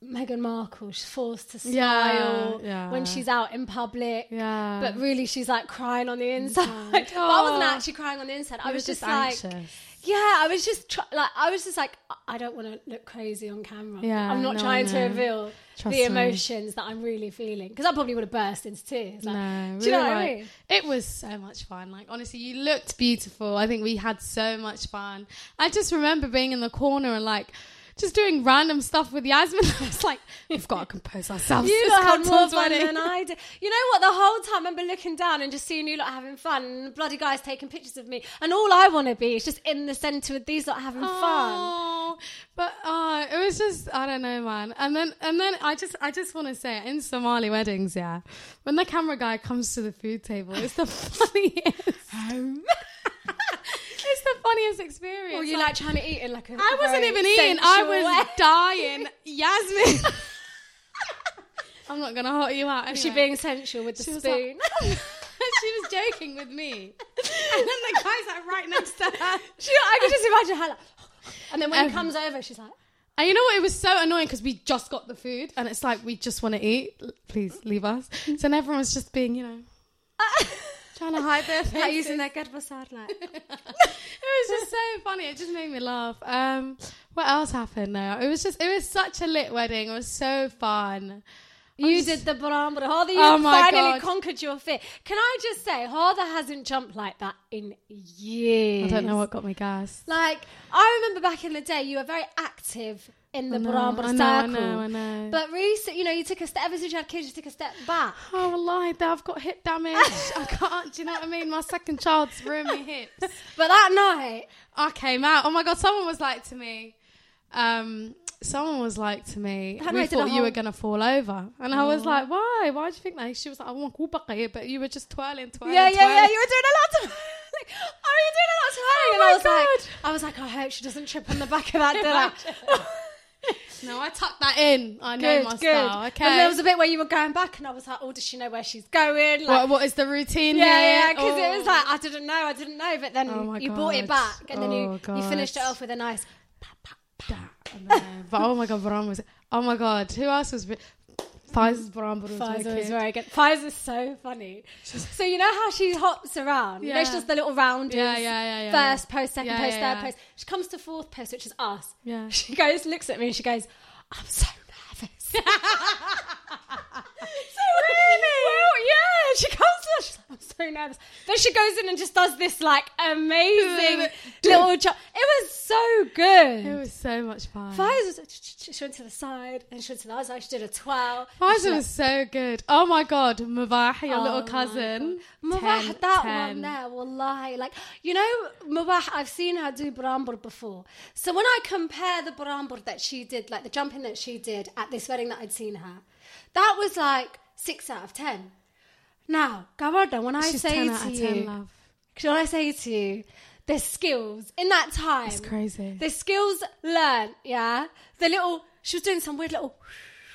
Speaker 1: Meghan Markle, she's forced to smile
Speaker 2: Yeah, yeah.
Speaker 1: when she's out in public.
Speaker 2: Yeah.
Speaker 1: But really, she's like crying on the inside. but I wasn't
Speaker 2: Oh.
Speaker 1: actually crying on the inside. I
Speaker 2: You
Speaker 1: was
Speaker 2: were
Speaker 1: just, like,
Speaker 2: anxious.
Speaker 1: yeah, I was just tr- like, I was just like, I- I don't want to look crazy on camera.
Speaker 2: Yeah,
Speaker 1: I'm not
Speaker 2: no, I
Speaker 1: trying to
Speaker 2: know.
Speaker 1: reveal
Speaker 2: Trust
Speaker 1: the
Speaker 2: me.
Speaker 1: emotions that I'm really feeling because I probably would have burst into tears. Like,
Speaker 2: no,
Speaker 1: do you know
Speaker 2: really,
Speaker 1: what I
Speaker 2: like,
Speaker 1: mean?
Speaker 2: It was so much fun. Like honestly, you looked beautiful. I think we had so much fun. I just remember being in the corner and like just doing random stuff with Yasmin. I was like, we've got to compose ourselves.
Speaker 1: You
Speaker 2: It's
Speaker 1: lot had
Speaker 2: Cotton's
Speaker 1: more fun
Speaker 2: wedding.
Speaker 1: than I did. You know what? The whole time I remember looking down and just seeing you lot having fun, and the bloody guys taking pictures of me, and all I want to be is just in the centre with these lot having fun.
Speaker 2: Oh, But uh, it was just I don't know, man. And then and then I just I just want to say in Somali weddings, yeah, when the camera guy comes to the food table, it's the funniest. it's the funniest experience.
Speaker 1: Or you like, trying to eat in like a
Speaker 2: I wasn't
Speaker 1: very
Speaker 2: even eating. I
Speaker 1: sensual way.
Speaker 2: was dying. Yasmin. I'm not gonna hurt you out. Anyway.
Speaker 1: Was she being sensual with the
Speaker 2: She was
Speaker 1: spoon?
Speaker 2: like- she was joking with me, and then the guy's like right next to her.
Speaker 1: She- I could just imagine her. Like, and then when
Speaker 2: Um,
Speaker 1: he comes over, she's like,
Speaker 2: And you know what? It was so annoying because we just got the food, and it's like we just want to eat. L- Please leave us.
Speaker 1: Mm-hmm.
Speaker 2: So then everyone's just being, you know, trying to hide their faces.
Speaker 1: like using their good facade, like.
Speaker 2: it was just so funny. It just made me laugh. Um, what else happened? No, it was just it was such a lit wedding. It was so fun.
Speaker 1: You did the Brahma. Harder, you
Speaker 2: Oh my
Speaker 1: finally
Speaker 2: God.
Speaker 1: conquered your fear. Can I just say, Harder hasn't jumped like that in years.
Speaker 2: I don't know what got me gassed.
Speaker 1: Like, I remember back in the day, you were very active in the
Speaker 2: know,
Speaker 1: Brahma
Speaker 2: I
Speaker 1: circle.
Speaker 2: know, I know, I know.
Speaker 1: But recently, you know, you took a step, ever since you had kids, you took a step back.
Speaker 2: Oh, well, lied that I've got hip damage. I can't. Do you know what I mean? My second child's ruined my hips.
Speaker 1: But that night,
Speaker 2: I came out. Oh my god! Someone was like to me. Um, someone was like to me.
Speaker 1: That
Speaker 2: we
Speaker 1: night did a
Speaker 2: thought you were
Speaker 1: whole-
Speaker 2: gonna fall over, and I was like, "Why? Why do you think that?" She was like, "I want kubaqi," but you were just twirling, twirling,
Speaker 1: yeah, yeah,
Speaker 2: twirling.
Speaker 1: yeah, you were doing a lot of. Like, oh, you were doing a lot of twirling. and
Speaker 2: my
Speaker 1: I was
Speaker 2: God.
Speaker 1: like, I was like, I hope she doesn't trip on the back of that dinner.
Speaker 2: No, I tucked that in. I know
Speaker 1: good,
Speaker 2: my
Speaker 1: good.
Speaker 2: style. Okay.
Speaker 1: And there was a bit where you were going back, and I was like, oh, does she know where she's going? Like,
Speaker 2: what, what is the routine?
Speaker 1: Yeah,
Speaker 2: here?
Speaker 1: yeah, because it was
Speaker 2: Oh.
Speaker 1: like I didn't know, I didn't know, but then
Speaker 2: Oh my
Speaker 1: you brought it
Speaker 2: God.
Speaker 1: back, and then
Speaker 2: Oh
Speaker 1: you you
Speaker 2: God.
Speaker 1: finished it off with a nice.
Speaker 2: I know. but oh my god, Bram was. Oh my god, who else was? re- Faiz's Bram was
Speaker 1: Pfizer
Speaker 2: wicked.
Speaker 1: is very good. Pfizer's so funny. So you know how she hops around. You know, she
Speaker 2: Yeah.
Speaker 1: does the little rounders.
Speaker 2: Yeah, yeah, yeah, yeah,
Speaker 1: First
Speaker 2: yeah.
Speaker 1: post, second
Speaker 2: Yeah,
Speaker 1: post,
Speaker 2: yeah,
Speaker 1: third
Speaker 2: yeah.
Speaker 1: post. She comes to fourth post, which is us.
Speaker 2: Yeah.
Speaker 1: She goes, looks at me, and she goes, "I'm so nervous." so really? Well, yeah. She comes to god, she's like, I'm so nervous. Then she goes in and just does this like amazing little job. It was so good.
Speaker 2: It was so much fun.
Speaker 1: Pfizer, she went to the side and she went to the other side. She did a twirl. And she
Speaker 2: Pfizer was so good. Oh my god, Mubah, your
Speaker 1: Oh
Speaker 2: little
Speaker 1: my
Speaker 2: cousin.
Speaker 1: Mubah,
Speaker 2: 10,
Speaker 1: that
Speaker 2: 10.
Speaker 1: one there, wallahi. Like, you know, Mubah, I've seen her do Barambur before. So when I compare the Barambur that she did, like the jumping that she did at this wedding that I'd seen her, that was like six out of ten. Now, Gawarda, when I
Speaker 2: She's
Speaker 1: say
Speaker 2: 10
Speaker 1: to
Speaker 2: out of 10,
Speaker 1: you,
Speaker 2: love.
Speaker 1: can I say to you, the skills in that time.
Speaker 2: It's crazy.
Speaker 1: The skills learned, yeah. The little, she was doing some weird little,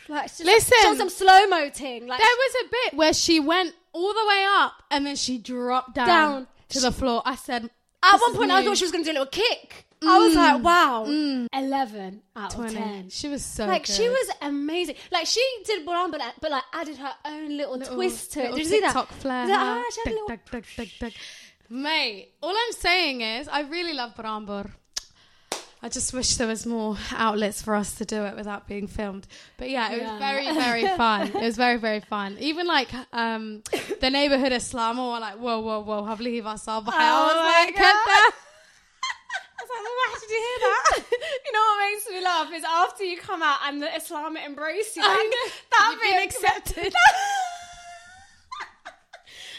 Speaker 1: like, she was-
Speaker 2: Listen.
Speaker 1: she was some slow mo ting. Like,
Speaker 2: There was a bit where she went all the way up and then she dropped down,
Speaker 1: Down.
Speaker 2: to the floor. I said,
Speaker 1: At
Speaker 2: "This
Speaker 1: one
Speaker 2: is
Speaker 1: point, I
Speaker 2: new." Mm.
Speaker 1: thought she was going to do a little kick. I was like, wow. 11 out of 10.
Speaker 2: She was so
Speaker 1: like, she
Speaker 2: good.
Speaker 1: was amazing. Like, she did Buran, but, but like, added her own little,
Speaker 2: Little-
Speaker 1: twist to it.
Speaker 2: little
Speaker 1: Did you see that?
Speaker 2: TikTok flair.
Speaker 1: Is that- ah, she had a
Speaker 2: Duck,
Speaker 1: little-
Speaker 2: duck, duck, duck, duck. Mate, all I'm saying is I really love Barambur. I just wish there was more outlets for us to do it without being filmed. But yeah, it was
Speaker 1: Yeah.
Speaker 2: very, very fun. It was very, very fun. Even like um, the neighborhood Islam were like, whoa, whoa, whoa, Havli Hivasab. Oh I was
Speaker 1: my
Speaker 2: like,
Speaker 1: God.
Speaker 2: "Get that."
Speaker 1: I was like, "Well, why did you hear that? you know what makes me laugh is after you come out and the Islam embrace you, like, that
Speaker 2: You've
Speaker 1: bit
Speaker 2: been accepted.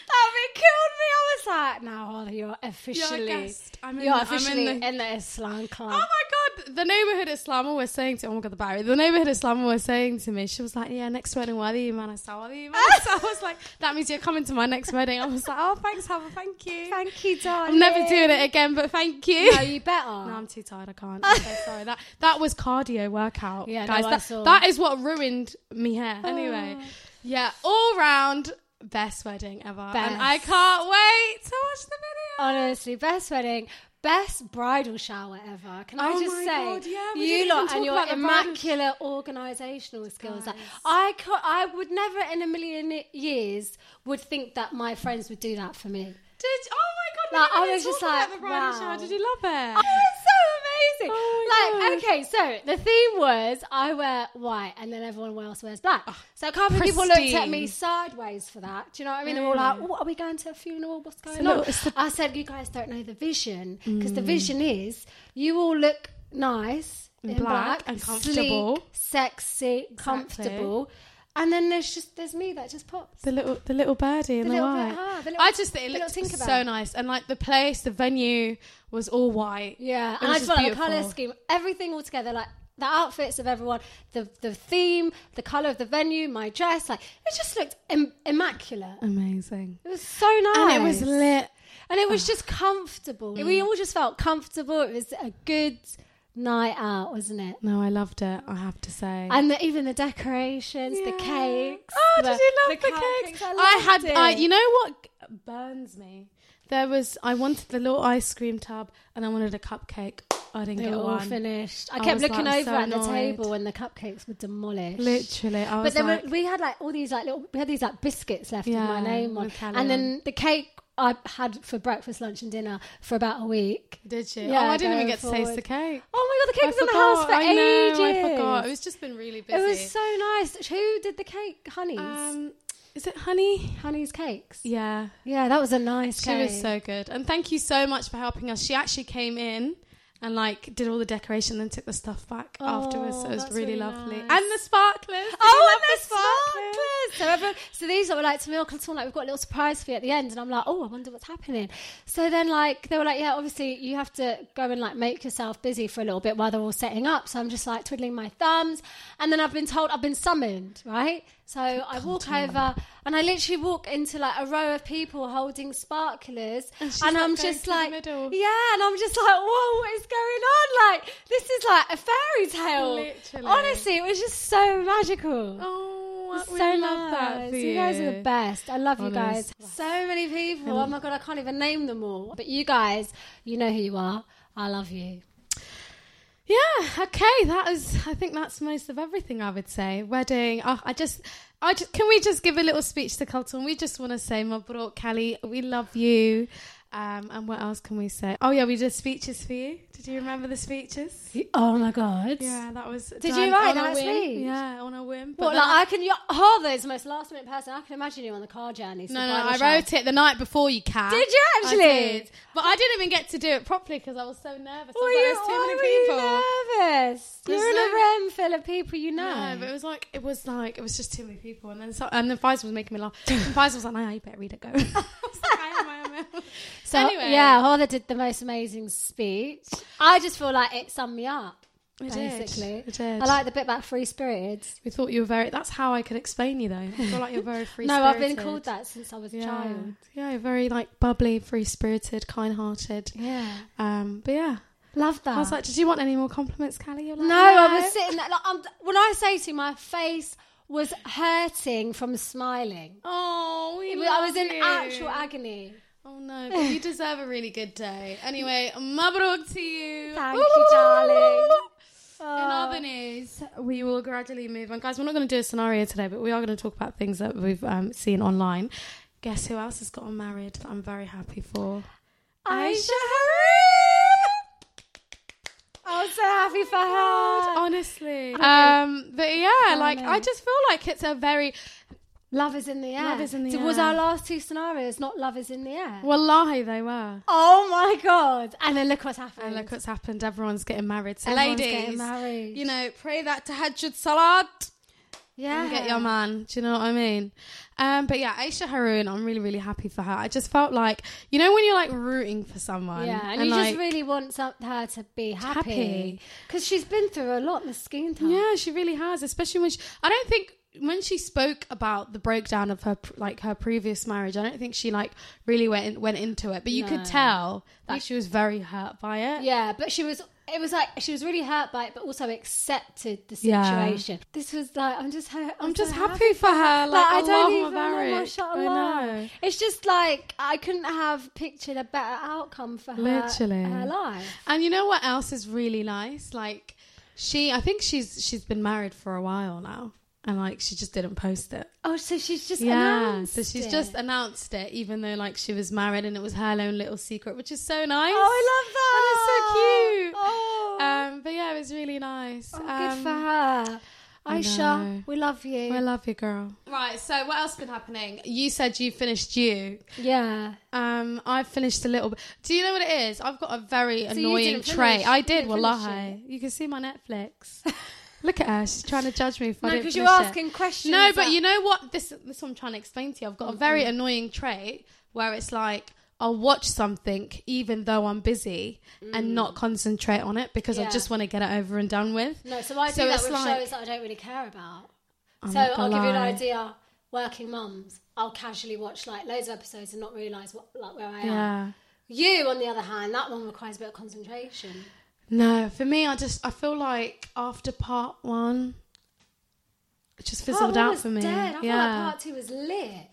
Speaker 1: that bit killed me. I was like, now Ollie, you're officially,
Speaker 2: guest. I'm in
Speaker 1: you're
Speaker 2: the- I'm in
Speaker 1: officially in,
Speaker 2: the-
Speaker 1: the, Islam club.
Speaker 2: Oh my god, the neighborhood Islama was saying to oh my god, the Barry, the neighborhood Islama was saying to me, she was like, Yeah, next wedding, why do you man? I said, "Why do you man? So I was like, That means you're coming to my next wedding. I was like, Oh, thanks, Hava, thank you.
Speaker 1: Thank you, darling.
Speaker 2: I'm never doing it again, but thank you.
Speaker 1: No, you better.
Speaker 2: No, I'm too tired. I can't. I'm so sorry. That that was cardio workout,
Speaker 1: Yeah, no, Oh.
Speaker 2: guys.
Speaker 1: I
Speaker 2: that,
Speaker 1: saw.
Speaker 2: that is what ruined me hair. Anyway, yeah, all round best wedding ever, and I
Speaker 1: Best. Oh.
Speaker 2: can't wait to watch the video.
Speaker 1: Honestly, best wedding, best bridal shower ever. Can I
Speaker 2: Oh
Speaker 1: just
Speaker 2: my
Speaker 1: say,
Speaker 2: God, yeah, we didn't
Speaker 1: you
Speaker 2: even
Speaker 1: lot
Speaker 2: talk
Speaker 1: and your
Speaker 2: about the bridal-
Speaker 1: immaculate organisational skills. Like, I, could, I would never in a million years would think that my friends would do that for me.
Speaker 2: Did oh my
Speaker 1: Like,
Speaker 2: god! we
Speaker 1: I
Speaker 2: didn't
Speaker 1: was
Speaker 2: even
Speaker 1: just
Speaker 2: talk about
Speaker 1: like,
Speaker 2: the bridal
Speaker 1: wow.
Speaker 2: shower. Did you love it?
Speaker 1: Oh, it's so amazing!
Speaker 2: Oh my
Speaker 1: like, okay, so the theme was I wear white and then everyone else wears black. so a couple of people looked at
Speaker 2: Oh, pristine.
Speaker 1: me sideways for that. Do you know what I mean? They were all like, oh, are we going to a funeral? What's going
Speaker 2: a
Speaker 1: on?
Speaker 2: little- it's the- Mm.
Speaker 1: I said, you guys don't know the vision because the vision is you all look nice in
Speaker 2: black
Speaker 1: black,
Speaker 2: and
Speaker 1: sleek,
Speaker 2: comfortable.
Speaker 1: sexy, comfortable. And then there's just there's me that just pops.
Speaker 2: The little, the little birdie
Speaker 1: The
Speaker 2: in the,
Speaker 1: little
Speaker 2: white.
Speaker 1: bit- ah, the little-
Speaker 2: I just
Speaker 1: the
Speaker 2: think it
Speaker 1: little
Speaker 2: looked
Speaker 1: Tinkerbell.
Speaker 2: so nice, and like the place, the venue was all white.
Speaker 1: Yeah,
Speaker 2: It
Speaker 1: and
Speaker 2: was
Speaker 1: I
Speaker 2: just
Speaker 1: just felt like the color
Speaker 2: beautiful.
Speaker 1: scheme, everything all together, like the outfits of everyone, the the theme, the color of the venue, my dress, like it just looked Im- immaculate.
Speaker 2: Amazing.
Speaker 1: It was so nice,
Speaker 2: And it was lit.
Speaker 1: and it was just comfortable. We all just felt comfortable. It was a good night out, wasn't it?
Speaker 2: No, I loved it. I have to say.
Speaker 1: And the, even the decorations, the
Speaker 2: Yeah.
Speaker 1: cakes.
Speaker 2: Oh,
Speaker 1: the-
Speaker 2: did you love the,
Speaker 1: cupcakes.
Speaker 2: cakes?
Speaker 1: I,
Speaker 2: I, had.
Speaker 1: loved
Speaker 2: I,
Speaker 1: it.
Speaker 2: you know what burns me? There was. I wanted the little ice cream tub, and I wanted a cupcake. I didn't
Speaker 1: They
Speaker 2: get
Speaker 1: were all
Speaker 2: one.
Speaker 1: finished. I,
Speaker 2: I
Speaker 1: kept
Speaker 2: was, like,
Speaker 1: looking over
Speaker 2: so
Speaker 1: at the
Speaker 2: annoyed.
Speaker 1: table and the cupcakes were demolished.
Speaker 2: Literally, I
Speaker 1: But
Speaker 2: was
Speaker 1: then
Speaker 2: like,
Speaker 1: we had like all these like little we had these like biscuits left with my
Speaker 2: Yeah,
Speaker 1: name on,
Speaker 2: with Cali
Speaker 1: and then the cake I had for breakfast, lunch, and dinner for about a week.
Speaker 2: "Did you?
Speaker 1: Yeah,
Speaker 2: oh, I didn't even
Speaker 1: going
Speaker 2: get to taste the
Speaker 1: forward.
Speaker 2: cake.
Speaker 1: Oh my god, the
Speaker 2: I
Speaker 1: cake was in the house for
Speaker 2: I know,
Speaker 1: ages.
Speaker 2: I forgot. It's just been really busy.
Speaker 1: It was so nice. Who did the cake? Honey's.
Speaker 2: Um, is it honey?
Speaker 1: Honey's cakes.
Speaker 2: Yeah.
Speaker 1: Yeah, that was a nice
Speaker 2: She
Speaker 1: cake.
Speaker 2: was so good. And thank you so much for helping us. She actually came in and like did all the decoration and took the stuff back afterwards. So it was
Speaker 1: Oh, that's
Speaker 2: really,
Speaker 1: really
Speaker 2: lovely.
Speaker 1: nice.
Speaker 2: And the sparklers. Did you
Speaker 1: Oh,
Speaker 2: love
Speaker 1: and the sparklers! So, everyone, so these that were like to me, Uncle Tom, like we've got a little surprise for you at the end, and I'm like, oh, I wonder what's happening. So then, like they were like, yeah, obviously you have to go and like make yourself busy for a little bit while they're all setting up. So I'm just like twiddling my thumbs, and then I've been told I've been summoned, right? So I walk over and I literally walk into like a row of people holding sparklers, and,
Speaker 2: she's, like,
Speaker 1: I'm
Speaker 2: going
Speaker 1: just
Speaker 2: through the
Speaker 1: like,
Speaker 2: middle.
Speaker 1: yeah, and I'm just like, whoa, what is going on? Like this is like a fairy tale.
Speaker 2: Literally.
Speaker 1: Honestly, it was just so magical.
Speaker 2: Oh,
Speaker 1: So
Speaker 2: we
Speaker 1: nice.
Speaker 2: love that for you.
Speaker 1: you guys are the best. I love you guys.
Speaker 2: Honest.
Speaker 1: So many people. Oh my god, I can't even name them all. But you guys, you know who you are. I love you.
Speaker 2: Yeah. Okay. That is. I think that's most of everything. I would say wedding. Oh, I just. I just, can we just give a little speech to Colton? We just want to say, Mabruk, Callie, we love you. Um, and what else can we say? Oh yeah, we did speeches for you. Did you remember the speeches?
Speaker 3: Oh my god.
Speaker 2: Yeah, that was.
Speaker 1: Did
Speaker 2: done
Speaker 1: you write
Speaker 2: on a
Speaker 1: that
Speaker 2: whim.
Speaker 1: speech?
Speaker 2: Yeah, on a whim. But
Speaker 1: What,
Speaker 2: then
Speaker 1: like I can, you oh, there's the most last minute person. I can imagine you on the car journey.
Speaker 2: No, no, I wrote it the night before you can.
Speaker 1: Did you actually?
Speaker 2: I did. But I didn't even get to do it properly because I was so nervous.
Speaker 1: Were
Speaker 2: I
Speaker 1: you,
Speaker 2: was like,
Speaker 1: why
Speaker 2: "There's
Speaker 1: were
Speaker 2: too many people.
Speaker 1: you nervous?
Speaker 2: There's
Speaker 1: You're in
Speaker 2: no-
Speaker 1: a room full of people you know.
Speaker 2: No, but it was like it was like it was just too many people, and then so, and then Faisal was making me laugh. And Faisal was like, "Nah, you better read it, go." I was like, I am, I am.
Speaker 1: so
Speaker 2: anyway.
Speaker 1: yeah, Hoda did the most amazing speech. I just feel like it summed me up.
Speaker 2: It did.
Speaker 1: Basically,
Speaker 2: It did.
Speaker 1: I like the bit about free spirited.
Speaker 2: We thought you were very. That's how I could explain you, though. I feel like you're very free.
Speaker 1: No, I've been called that since I was
Speaker 2: Yeah.
Speaker 1: a child.
Speaker 2: Yeah, you're very like bubbly, free spirited, kind hearted.
Speaker 1: Yeah,
Speaker 2: Um, but yeah,
Speaker 1: love that.
Speaker 2: I was like, did you want any more compliments, Callie? You're like,
Speaker 1: Ah. No, I was sitting there. Like, I'm, when I say to you, my face was hurting from smiling.
Speaker 2: Oh, we
Speaker 1: It was- I was in
Speaker 2: love you.
Speaker 1: actual agony.
Speaker 2: Oh no, but you deserve a really good day. Anyway, mabruk to you. Oh.
Speaker 1: Thank you, darling.
Speaker 2: In other news, Uh, we will gradually move on, guys. We're not going to do a scenario today, but we are going to talk about things that we've um, seen online. Guess who else has gotten married? That I'm very happy for.
Speaker 1: Aisha I was so happy for her.
Speaker 2: Oh
Speaker 1: Oh,
Speaker 2: Honestly, um, but yeah, like I
Speaker 1: Darling.
Speaker 2: just feel like it's a very
Speaker 1: Love is in the air.
Speaker 2: Love is in the
Speaker 1: So Was
Speaker 2: air.
Speaker 1: our last two scenarios not love is in the air?
Speaker 2: wallahi they were.
Speaker 1: Oh my god! And then look what's happened.
Speaker 2: And look what's happened. Everyone's getting married. So,
Speaker 1: Everyone's
Speaker 2: ladies,
Speaker 1: getting married.
Speaker 2: you know, pray that tahajjud salat.
Speaker 1: yeah.
Speaker 2: and get your man. Do you know what I mean? Um, but yeah, Aisha Haroon, I'm really, really happy for her. I just felt like, you know, when you're like rooting for someone,
Speaker 1: Yeah, and, you
Speaker 2: like,
Speaker 1: just really want some, her to be happy
Speaker 2: Happy.
Speaker 1: because she's been through a lot, Miskeen.
Speaker 2: yeah, she really has. Especially when she, I don't think when she spoke about the breakdown of her like her previous marriage, I don't think she like really went in, went into it. But you
Speaker 1: No.
Speaker 2: could tell that she was very hurt by it.
Speaker 1: Yeah, but she was. It was like she was really hurt by it, but also accepted the
Speaker 2: Yeah.
Speaker 1: situation. This was like I'm just. ha- I'm,
Speaker 2: I'm just
Speaker 1: so
Speaker 2: happy for her. Like, I, love
Speaker 1: even
Speaker 2: her marriage.
Speaker 1: know.
Speaker 2: I know.
Speaker 1: mashallah. It's just like I couldn't have pictured a better outcome for her.
Speaker 2: Literally.
Speaker 1: her life.
Speaker 2: And you know what else is really nice? Like she, I think she's she's been married for a while now, and like she just didn't post it.
Speaker 1: Oh, so she's just announced
Speaker 2: so she's
Speaker 1: it.
Speaker 2: just announced it, even though like she was married and it was her own little secret, which is so nice.
Speaker 1: Oh, I love that. Oh.
Speaker 2: And it's so cute. Um, but yeah, it was really nice.
Speaker 1: Oh,
Speaker 2: Um,
Speaker 1: good for her.
Speaker 2: I
Speaker 1: Aisha,
Speaker 2: know.
Speaker 1: we love you.
Speaker 2: I love you, girl. Right. So, what else been happening? You said you finished you.
Speaker 1: yeah.
Speaker 2: Um, I finished a little bit. Do you know what it is? I've got a very
Speaker 1: So you
Speaker 2: annoying
Speaker 1: didn't finish-
Speaker 2: trait. I
Speaker 1: you
Speaker 2: did,
Speaker 1: didn't finish
Speaker 2: wallahi. You can see my Netflix. Look at her. She's trying to judge me for
Speaker 1: No,
Speaker 2: I didn't
Speaker 1: because you're
Speaker 2: finish it.
Speaker 1: asking questions.
Speaker 2: No, but
Speaker 1: that- Mm-hmm.
Speaker 2: you know what? This this is what I'm trying to explain to you. I've got a very annoying trait where it's like I'll watch something even though I'm busy and not concentrate on it because
Speaker 1: Mm. Yeah.
Speaker 2: I just want to get it over and done with.
Speaker 1: No, so I do
Speaker 2: So
Speaker 1: that
Speaker 2: it's
Speaker 1: with
Speaker 2: like- Oh
Speaker 1: shows that I don't really care about. so
Speaker 2: not
Speaker 1: I'll
Speaker 2: gonna
Speaker 1: give you an
Speaker 2: lie.
Speaker 1: idea. Working mums, I'll casually watch like loads of episodes and not realise what like where I am.
Speaker 2: Yeah.
Speaker 1: You, on the other hand, that one requires a bit of concentration.
Speaker 2: No, for me, I just I feel like after part one, it just fizzled
Speaker 1: part one
Speaker 2: out
Speaker 1: was
Speaker 2: for me.
Speaker 1: Dead. I
Speaker 2: yeah.
Speaker 1: feel like part two was lit.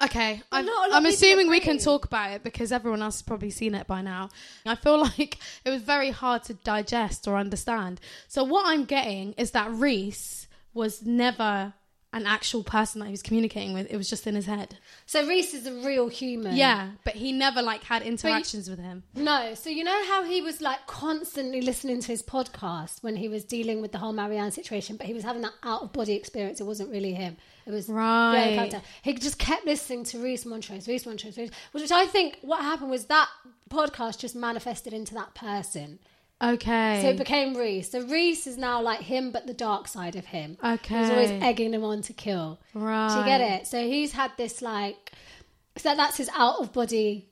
Speaker 2: Okay, I'm,
Speaker 1: not a lot
Speaker 2: I'm
Speaker 1: of people
Speaker 2: assuming we can
Speaker 1: agree.
Speaker 2: talk about it because everyone else has probably seen it by now. I feel like it was very hard to digest or understand. So what I'm getting is that Reese was never an actual person that he was communicating with. It was just in his head.
Speaker 1: So Reese is a real human.
Speaker 2: Yeah, but he never like had interactions with him.
Speaker 1: No, so you know how he was like constantly listening to his podcast when he was dealing with the whole Marianne situation, but he was having that out of body experience. It wasn't really him. It was the other
Speaker 2: Right.
Speaker 1: character. He just kept listening to Reese Montrose, Reese Montrose, Reese, which I think what happened was that podcast just manifested into that person.
Speaker 2: Okay.
Speaker 1: So it became Reese. So Reese is now like him, but the dark side of him. He's
Speaker 2: Okay.
Speaker 1: always egging him on to kill. Do you get
Speaker 2: Right.
Speaker 1: it? So he's had this like, so that's his out of body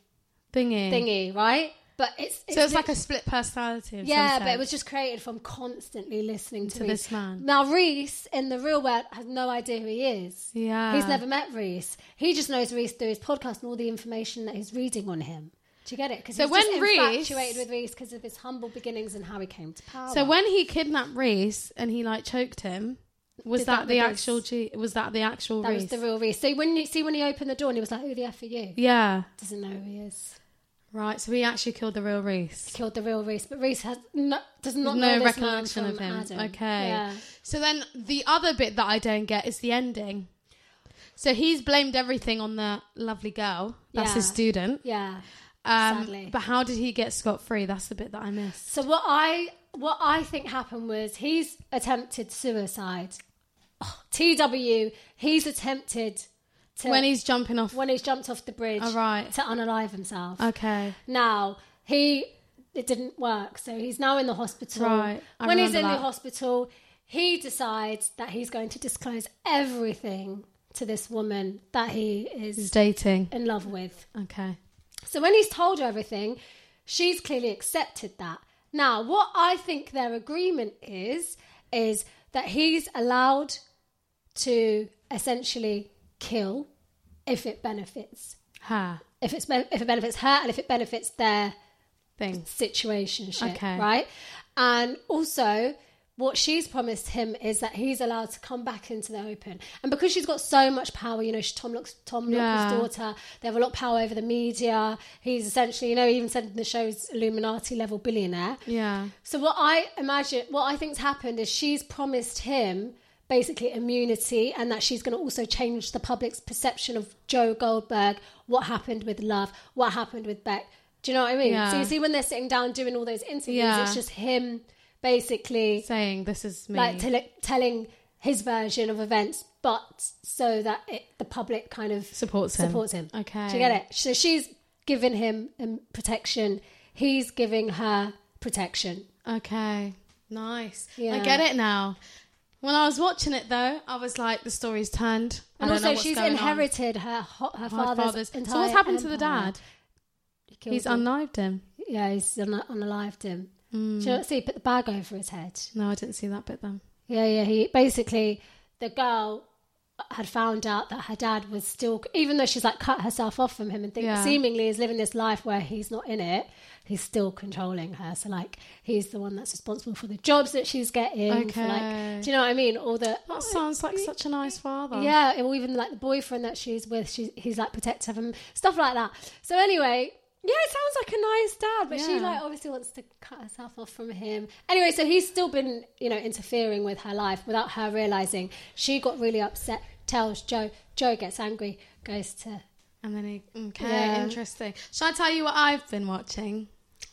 Speaker 2: thingy.
Speaker 1: thingy, right? But it's,
Speaker 2: So it's like a split personality. of
Speaker 1: yeah,
Speaker 2: some
Speaker 1: but it
Speaker 2: sort.
Speaker 1: was just created from constantly listening to,
Speaker 2: To
Speaker 1: Reese.
Speaker 2: this man.
Speaker 1: Now Reese in the real world has no idea who he is.
Speaker 2: Yeah.
Speaker 1: He's never met Reese. He just knows Reese through his podcast and all the information that he's reading on him. Do you get it? Because
Speaker 2: So
Speaker 1: he's just
Speaker 2: when Reese-
Speaker 1: infatuated with Reese because of his humble beginnings and how he came to power.
Speaker 2: So when he kidnapped Reese and he like choked him, was
Speaker 1: Did
Speaker 2: that,
Speaker 1: that
Speaker 2: the
Speaker 1: with
Speaker 2: actual?
Speaker 1: his-
Speaker 2: G- was that the actual
Speaker 1: that
Speaker 2: Reese?
Speaker 1: was the real Reese. So when you see when he opened the door and he was like, "Who the f are you?"
Speaker 2: yeah,
Speaker 1: Doesn't know who he is.
Speaker 2: right. So he actually killed the real Reese.
Speaker 1: Killed the real Reese, but Reese has no, does not
Speaker 2: no
Speaker 1: know this man
Speaker 2: recollection of
Speaker 1: from
Speaker 2: him.
Speaker 1: Adam.
Speaker 2: Okay.
Speaker 1: Yeah.
Speaker 2: So then the other bit that I don't get is the ending. So he's blamed everything on the lovely girl. That's his
Speaker 1: Yeah.
Speaker 2: student.
Speaker 1: Yeah.
Speaker 2: Um,
Speaker 1: Sadly.
Speaker 2: But how did he get scot free? That's the bit that I missed.
Speaker 1: So what I what I think happened was he's attempted suicide. Oh, TW, he's attempted to
Speaker 2: When he's jumping off.
Speaker 1: when he's jumped off the bridge
Speaker 2: Oh, right.
Speaker 1: to unalive himself.
Speaker 2: okay.
Speaker 1: Now he it didn't work, so he's now in the hospital.
Speaker 2: Right, I
Speaker 1: when he's in
Speaker 2: remember
Speaker 1: the
Speaker 2: that.
Speaker 1: hospital, he decides that he's going to disclose everything to this woman that he
Speaker 2: He's
Speaker 1: is
Speaker 2: dating.
Speaker 1: in love with.
Speaker 2: Okay.
Speaker 1: So when he's told her everything, she's clearly accepted that. Now, what I think their agreement is, is that he's allowed to essentially kill if it benefits,
Speaker 2: Ha.
Speaker 1: if it's ben- if it benefits her and if it benefits their
Speaker 2: Thing.
Speaker 1: situation,
Speaker 2: Okay.
Speaker 1: right? And also. What she's promised him is that he's allowed to come back into the open, and because she's got so much power, you know, she, Tom looks Tom
Speaker 2: Yeah.
Speaker 1: Locke's daughter. They have a lot of power over the media. He's essentially, you know, even said in the show's Illuminati level billionaire.
Speaker 2: Yeah.
Speaker 1: So what I imagine, what I think's happened is she's promised him basically immunity, and that she's going to also change the public's perception of Joe Goldberg, what happened with Love, what happened with Beck. Do you know what I mean?
Speaker 2: Yeah.
Speaker 1: So you see, when they're sitting down doing all those interviews,
Speaker 2: Yeah.
Speaker 1: it's just him basically
Speaker 2: Saying this is me.
Speaker 1: like tell telling his version of events, but so that it, the public kind of
Speaker 2: Supports him.
Speaker 1: supports him.
Speaker 2: Okay.
Speaker 1: Do you get it? So she's giving him um, protection. He's giving her protection.
Speaker 2: Okay. Nice. I
Speaker 1: Yeah.
Speaker 2: get it now. When I was watching it though, I was like, the story's turned. I
Speaker 1: And
Speaker 2: don't know
Speaker 1: also,
Speaker 2: what's
Speaker 1: she's
Speaker 2: going on.
Speaker 1: inherited her ho- her
Speaker 2: My
Speaker 1: father's,
Speaker 2: father's-
Speaker 1: entire
Speaker 2: So what's happened to the
Speaker 1: empire.
Speaker 2: dad?
Speaker 1: He killed
Speaker 2: He's
Speaker 1: him.
Speaker 2: unlived him.
Speaker 1: yeah, he's un- unalived him.
Speaker 2: Hmm.
Speaker 1: Do you not see? He put the bag over his head.
Speaker 2: No, I didn't see that bit then.
Speaker 1: Yeah, yeah. He basically the girl had found out that her dad was still, even though she's like cut herself off from him and think,
Speaker 2: Yeah.
Speaker 1: seemingly is living this life where he's not in it. He's still controlling her. So like, he's the one that's responsible for the jobs that she's getting. For
Speaker 2: Okay.
Speaker 1: like, do you know what I mean? All the
Speaker 2: That sounds like such a nice father.
Speaker 1: yeah, or even like the boyfriend that she's with, she's, he's like protective and stuff like that. So anyway, yeah, it sounds like a nice dad, but she
Speaker 2: Yeah.
Speaker 1: like obviously wants to cut herself off from him. Anyway, so he's still been you know interfering with her life without her realizing. She got really upset. Tells Joe. Joe gets angry. Goes to
Speaker 2: And then he. Okay,
Speaker 1: Yeah.
Speaker 2: interesting. Shall I tell you what I've been watching?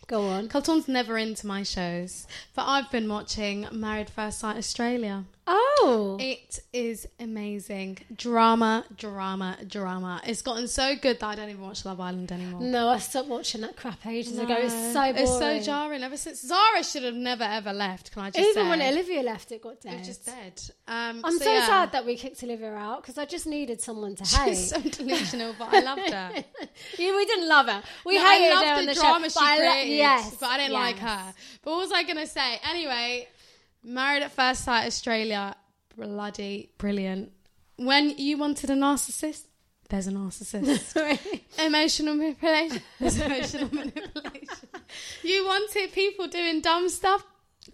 Speaker 1: go on.
Speaker 2: Colton's never into my shows, but I've been watching Married First Sight Australia.
Speaker 1: Oh,
Speaker 2: It is amazing. Drama, drama, drama. It's gotten so good that I don't even watch Love Island anymore.
Speaker 1: no, I stopped watching that crap ages ago. It's so boring.
Speaker 2: It's so jarring. Ever since Zara should have never ever left. Can I just
Speaker 1: Even
Speaker 2: say?
Speaker 1: when Olivia left, it got
Speaker 2: It
Speaker 1: dead.
Speaker 2: was just dead. Um,
Speaker 1: I'm so,
Speaker 2: yeah.
Speaker 1: sad that we kicked Olivia out because I just needed someone to hate.
Speaker 2: She's so delusional, but I loved her.
Speaker 1: Yeah, we didn't love her. We
Speaker 2: No,
Speaker 1: hated
Speaker 2: I loved
Speaker 1: her on
Speaker 2: the,
Speaker 1: the
Speaker 2: drama
Speaker 1: show, but
Speaker 2: she
Speaker 1: I lo-
Speaker 2: created,
Speaker 1: yes,
Speaker 2: but I didn't like
Speaker 1: yes.
Speaker 2: her. But what was I going to say? Anyway, Married at First Sight Australia, bloody brilliant. When you wanted a narcissist, there's a narcissist. emotional manipulation. There's emotional manipulation. You wanted people doing dumb stuff.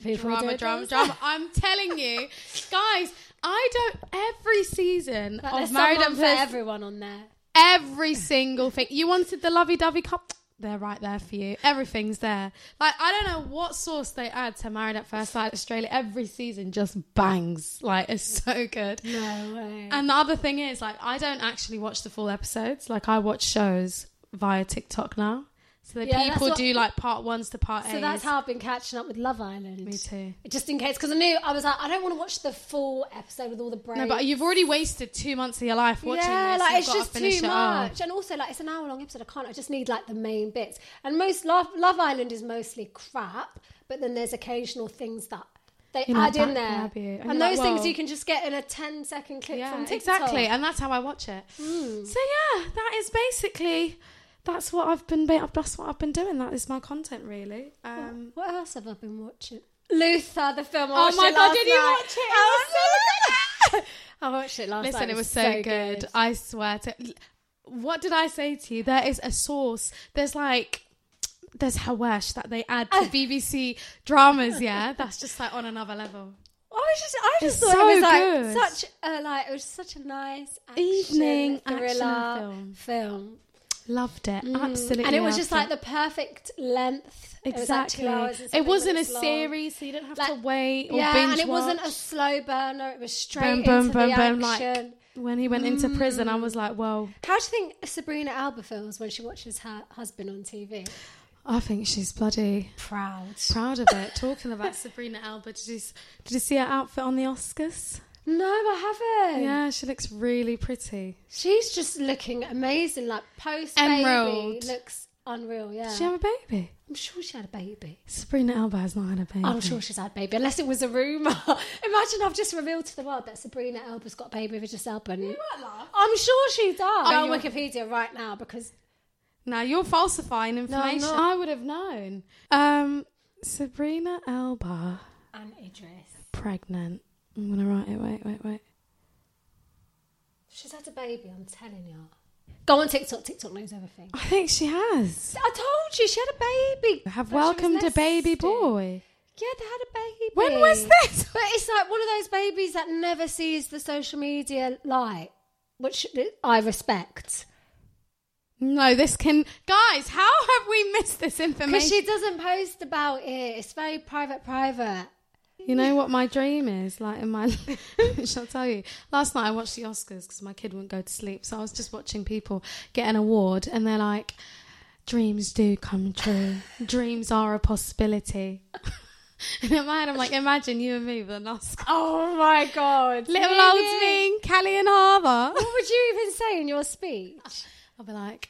Speaker 1: People
Speaker 2: drama,
Speaker 1: doing
Speaker 2: drama,
Speaker 1: dumb
Speaker 2: drama.
Speaker 1: stuff.
Speaker 2: I'm telling you, guys. I don't. Every season
Speaker 1: But
Speaker 2: of
Speaker 1: there's
Speaker 2: Married at
Speaker 1: someone for
Speaker 2: First
Speaker 1: everyone on there.
Speaker 2: every single thing. You wanted the lovey-dovey cup. They're right there for you. Everything's there. Like I don't know what sauce they add to Married at First Sight Australia. Every season just bangs. Like it's so good.
Speaker 1: No way.
Speaker 2: And the other thing is, like, I don't actually watch the full episodes. Like, I watch shows via TikTok now. So the
Speaker 1: Yeah, that's
Speaker 2: people
Speaker 1: what-
Speaker 2: do like part ones to part eight.
Speaker 1: so that's how I've been catching up with Love Island.
Speaker 2: Me too.
Speaker 1: Just in case, because I knew I was like, I don't want to watch the full episode with all the breaks.
Speaker 2: No, but you've already wasted two months of your life watching
Speaker 1: yeah,
Speaker 2: this.
Speaker 1: like
Speaker 2: You've
Speaker 1: it's
Speaker 2: got to
Speaker 1: just
Speaker 2: finish
Speaker 1: too
Speaker 2: it off.
Speaker 1: much. And also, like it's an hour long episode. I can't. I just need like the main bits. And most Love, Love Island is mostly crap, but then there's occasional things that. They
Speaker 2: You know,
Speaker 1: add in
Speaker 2: that
Speaker 1: there,
Speaker 2: grab you.
Speaker 1: and,
Speaker 2: And you're
Speaker 1: those
Speaker 2: like,
Speaker 1: things
Speaker 2: well-
Speaker 1: you can just get in a 10 second clip
Speaker 2: Yeah,
Speaker 1: from TikTok. Hmm.
Speaker 2: exactly. And that's how I watch it. So yeah, that is basically that's what I've been. ba- That's what I've been doing. That is my content, really. Um,
Speaker 1: What else have I been watching? Luther, the film. I
Speaker 2: Oh
Speaker 1: watched
Speaker 2: my
Speaker 1: it
Speaker 2: God,
Speaker 1: last
Speaker 2: did you
Speaker 1: night.
Speaker 2: watch it?
Speaker 1: I,
Speaker 2: It
Speaker 1: was so good. I watched it last night.
Speaker 2: Listen, it was so, good. I swear to. What did I say to you? There is a source. There's like. There's Hawash that they add to BBC dramas, yeah? That's just like on another level.
Speaker 1: I was just, I just
Speaker 2: It's
Speaker 1: thought it was
Speaker 2: so
Speaker 1: like
Speaker 2: good.
Speaker 1: such a like it was such a nice action,
Speaker 2: Evening action
Speaker 1: thriller
Speaker 2: film.
Speaker 1: film.
Speaker 2: Loved Mm. it. Absolutely.
Speaker 1: and it was just
Speaker 2: loved
Speaker 1: like the perfect length. It was like two
Speaker 2: Exactly.
Speaker 1: hours and
Speaker 2: It
Speaker 1: something
Speaker 2: wasn't a
Speaker 1: minutes long.
Speaker 2: series, so you didn't have to
Speaker 1: Like-
Speaker 2: wait or
Speaker 1: yeah,
Speaker 2: binge
Speaker 1: and it wasn't a
Speaker 2: watch.
Speaker 1: slow burner. It was straight
Speaker 2: Boom, boom,
Speaker 1: into
Speaker 2: boom,
Speaker 1: the
Speaker 2: boom, like-
Speaker 1: action.
Speaker 2: When he went into prison, I was like, well,
Speaker 1: How do you think Sabrina Alba feels when she watches her husband on TV?
Speaker 2: I think she's bloody
Speaker 1: Proud.
Speaker 2: proud of it. Talking about Sabrina Alba, did you, s- did you see her outfit on the Oscars?
Speaker 1: No, I haven't.
Speaker 2: Yeah, she looks really pretty.
Speaker 1: She's just looking amazing. Like post baby
Speaker 2: Emerald.
Speaker 1: looks unreal. Yeah,
Speaker 2: Did she have a baby?
Speaker 1: I'm sure she had a baby.
Speaker 2: Sabrina Alba has not had a baby.
Speaker 1: I'm sure she's had a baby, unless it was a rumor. Imagine I've just revealed to the world that Sabrina Elba's got a baby with Idris Elba. and- I'm sure she does. Go on
Speaker 2: you're-
Speaker 1: Wikipedia right now because
Speaker 2: Now you're falsifying information.
Speaker 1: not.
Speaker 2: I would have known. Um, Sabrina Alba
Speaker 1: Anne Idris,
Speaker 2: pregnant. I'm gonna write it. Wait, wait, wait.
Speaker 1: she's had a baby. I'm telling you. Go on TikTok. TikTok knows everything.
Speaker 2: I think she has.
Speaker 1: I told you she had a baby.
Speaker 2: Have
Speaker 1: when she was
Speaker 2: welcomed a baby
Speaker 1: nesting.
Speaker 2: boy.
Speaker 1: Yeah, they had a baby.
Speaker 2: When was this?
Speaker 1: But it's like one of those babies that never sees the social media light, which I respect.
Speaker 2: No, this can. Guys, how have we missed this
Speaker 1: Because
Speaker 2: information?
Speaker 1: she doesn't post about it. It's very private, private.
Speaker 2: You know what my dream is? Like in my, shall I tell you? Last night I watched the Oscars because my kid wouldn't go to sleep, so I was just watching people get an award, and they're like, "Dreams do come true. Dreams are a possibility." and in my head, I'm like, "Imagine you and me with an Oscar,
Speaker 1: Oh my God.
Speaker 2: little old me, Callie and Harbour."
Speaker 1: What would you even say in your speech?
Speaker 2: I'll be like,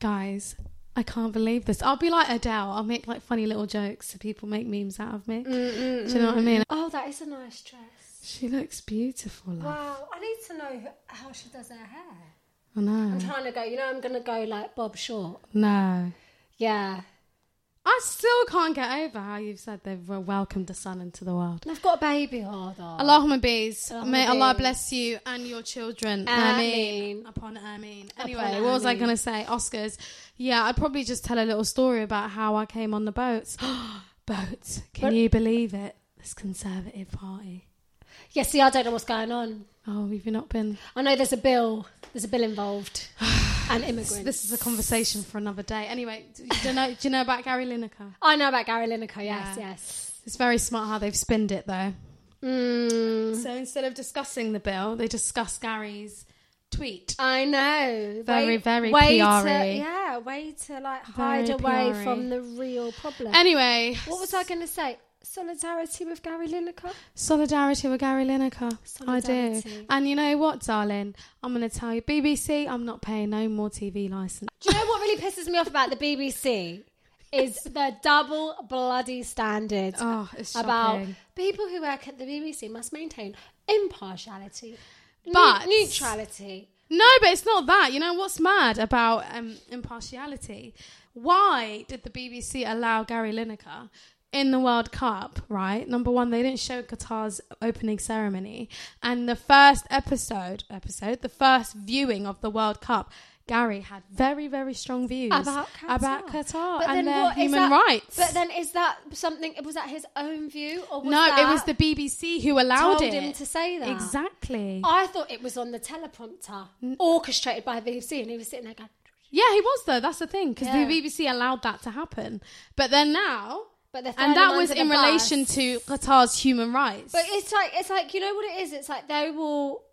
Speaker 2: "Guys." I can't believe this. I'll be like Adele. I'll make like funny little jokes so people make memes out of me. Do you know what I mean?
Speaker 1: Oh, that is a nice dress.
Speaker 2: She looks beautiful. Like,
Speaker 1: Wow, I need to know who- how she does her hair.
Speaker 2: I know.
Speaker 1: I'm trying to go, you know, I'm going to go like Bob Short.
Speaker 2: No.
Speaker 1: Yeah.
Speaker 2: I still can't get over how you've said they've uh, welcomed the sun into the world.
Speaker 1: And I've got a baby hard on.
Speaker 2: Allahumma bees.
Speaker 1: Allahumma
Speaker 2: May Allah
Speaker 1: Oh. bees.
Speaker 2: bless you and your children.
Speaker 1: Ameen.
Speaker 2: Ameen. Upon Ameen. Anyway,
Speaker 1: Upon
Speaker 2: what was I
Speaker 1: Ameen.
Speaker 2: going to say? Oscars. Yeah, I'd probably just tell a little story about how I came on the boats. boats. Can
Speaker 1: But-
Speaker 2: you believe it? This conservative party.
Speaker 1: Yeah, see, I don't know what's going on.
Speaker 2: Oh, have you not been?
Speaker 1: I know there's a bill. There's a bill involved. and immigrants.
Speaker 2: This is a conversation for another day. Anyway, do you know, do you know about Gary Lineker?
Speaker 1: I know about Gary Lineker. Yes,
Speaker 2: Yeah.
Speaker 1: yes.
Speaker 2: It's very smart how they've spinned it, though.
Speaker 1: Mm,
Speaker 2: So instead of discussing the bill, they discuss Gary's tweet.
Speaker 1: I know.
Speaker 2: Very, very
Speaker 1: way To,
Speaker 2: PR-y.
Speaker 1: yeah, way to like hide
Speaker 2: Very E.
Speaker 1: away
Speaker 2: PR-y.
Speaker 1: from the real problem.
Speaker 2: Anyway,
Speaker 1: what was I going to say? Solidarity with Gary Lineker.
Speaker 2: solidarity with Gary Lineker. I do.
Speaker 1: Solidarity.
Speaker 2: And you know what, darling? I'm going to tell you, BBC, I'm not paying no more TV license.
Speaker 1: Do you know what really pisses me off about the BBC is the double bloody standards
Speaker 2: Oh, it's shocking.
Speaker 1: about people who work at the BBC must maintain impartiality, ne-
Speaker 2: But-
Speaker 1: neutrality.
Speaker 2: No, but it's not that. You know what's mad about um, impartiality? Why did the BBC allow Gary Lineker in the World Cup? Right, number one, they didn't show Qatar's opening ceremony, and the first episode, episode, the first viewing of the World Cup. Gary had very, very strong views
Speaker 1: about Qatar,
Speaker 2: about Qatar
Speaker 1: But
Speaker 2: and
Speaker 1: then
Speaker 2: their
Speaker 1: what is
Speaker 2: human
Speaker 1: that-
Speaker 2: rights.
Speaker 1: But then is that something? Was that his own view, or was
Speaker 2: no, it
Speaker 1: that
Speaker 2: was the BBC who allowed
Speaker 1: told
Speaker 2: it.
Speaker 1: him to say that?
Speaker 2: Exactly.
Speaker 1: I thought it was on the teleprompter, orchestrated by the BBC, and he was sitting there going.
Speaker 2: Yeah, he was though. That's the thing because
Speaker 1: Yeah.
Speaker 2: the BBC allowed that to happen, but then now,
Speaker 1: But they're throwing
Speaker 2: and that
Speaker 1: him
Speaker 2: was
Speaker 1: under
Speaker 2: in
Speaker 1: the bus.
Speaker 2: relation to Qatar's human rights.
Speaker 1: But it's like it's like you know what it is. It's like they will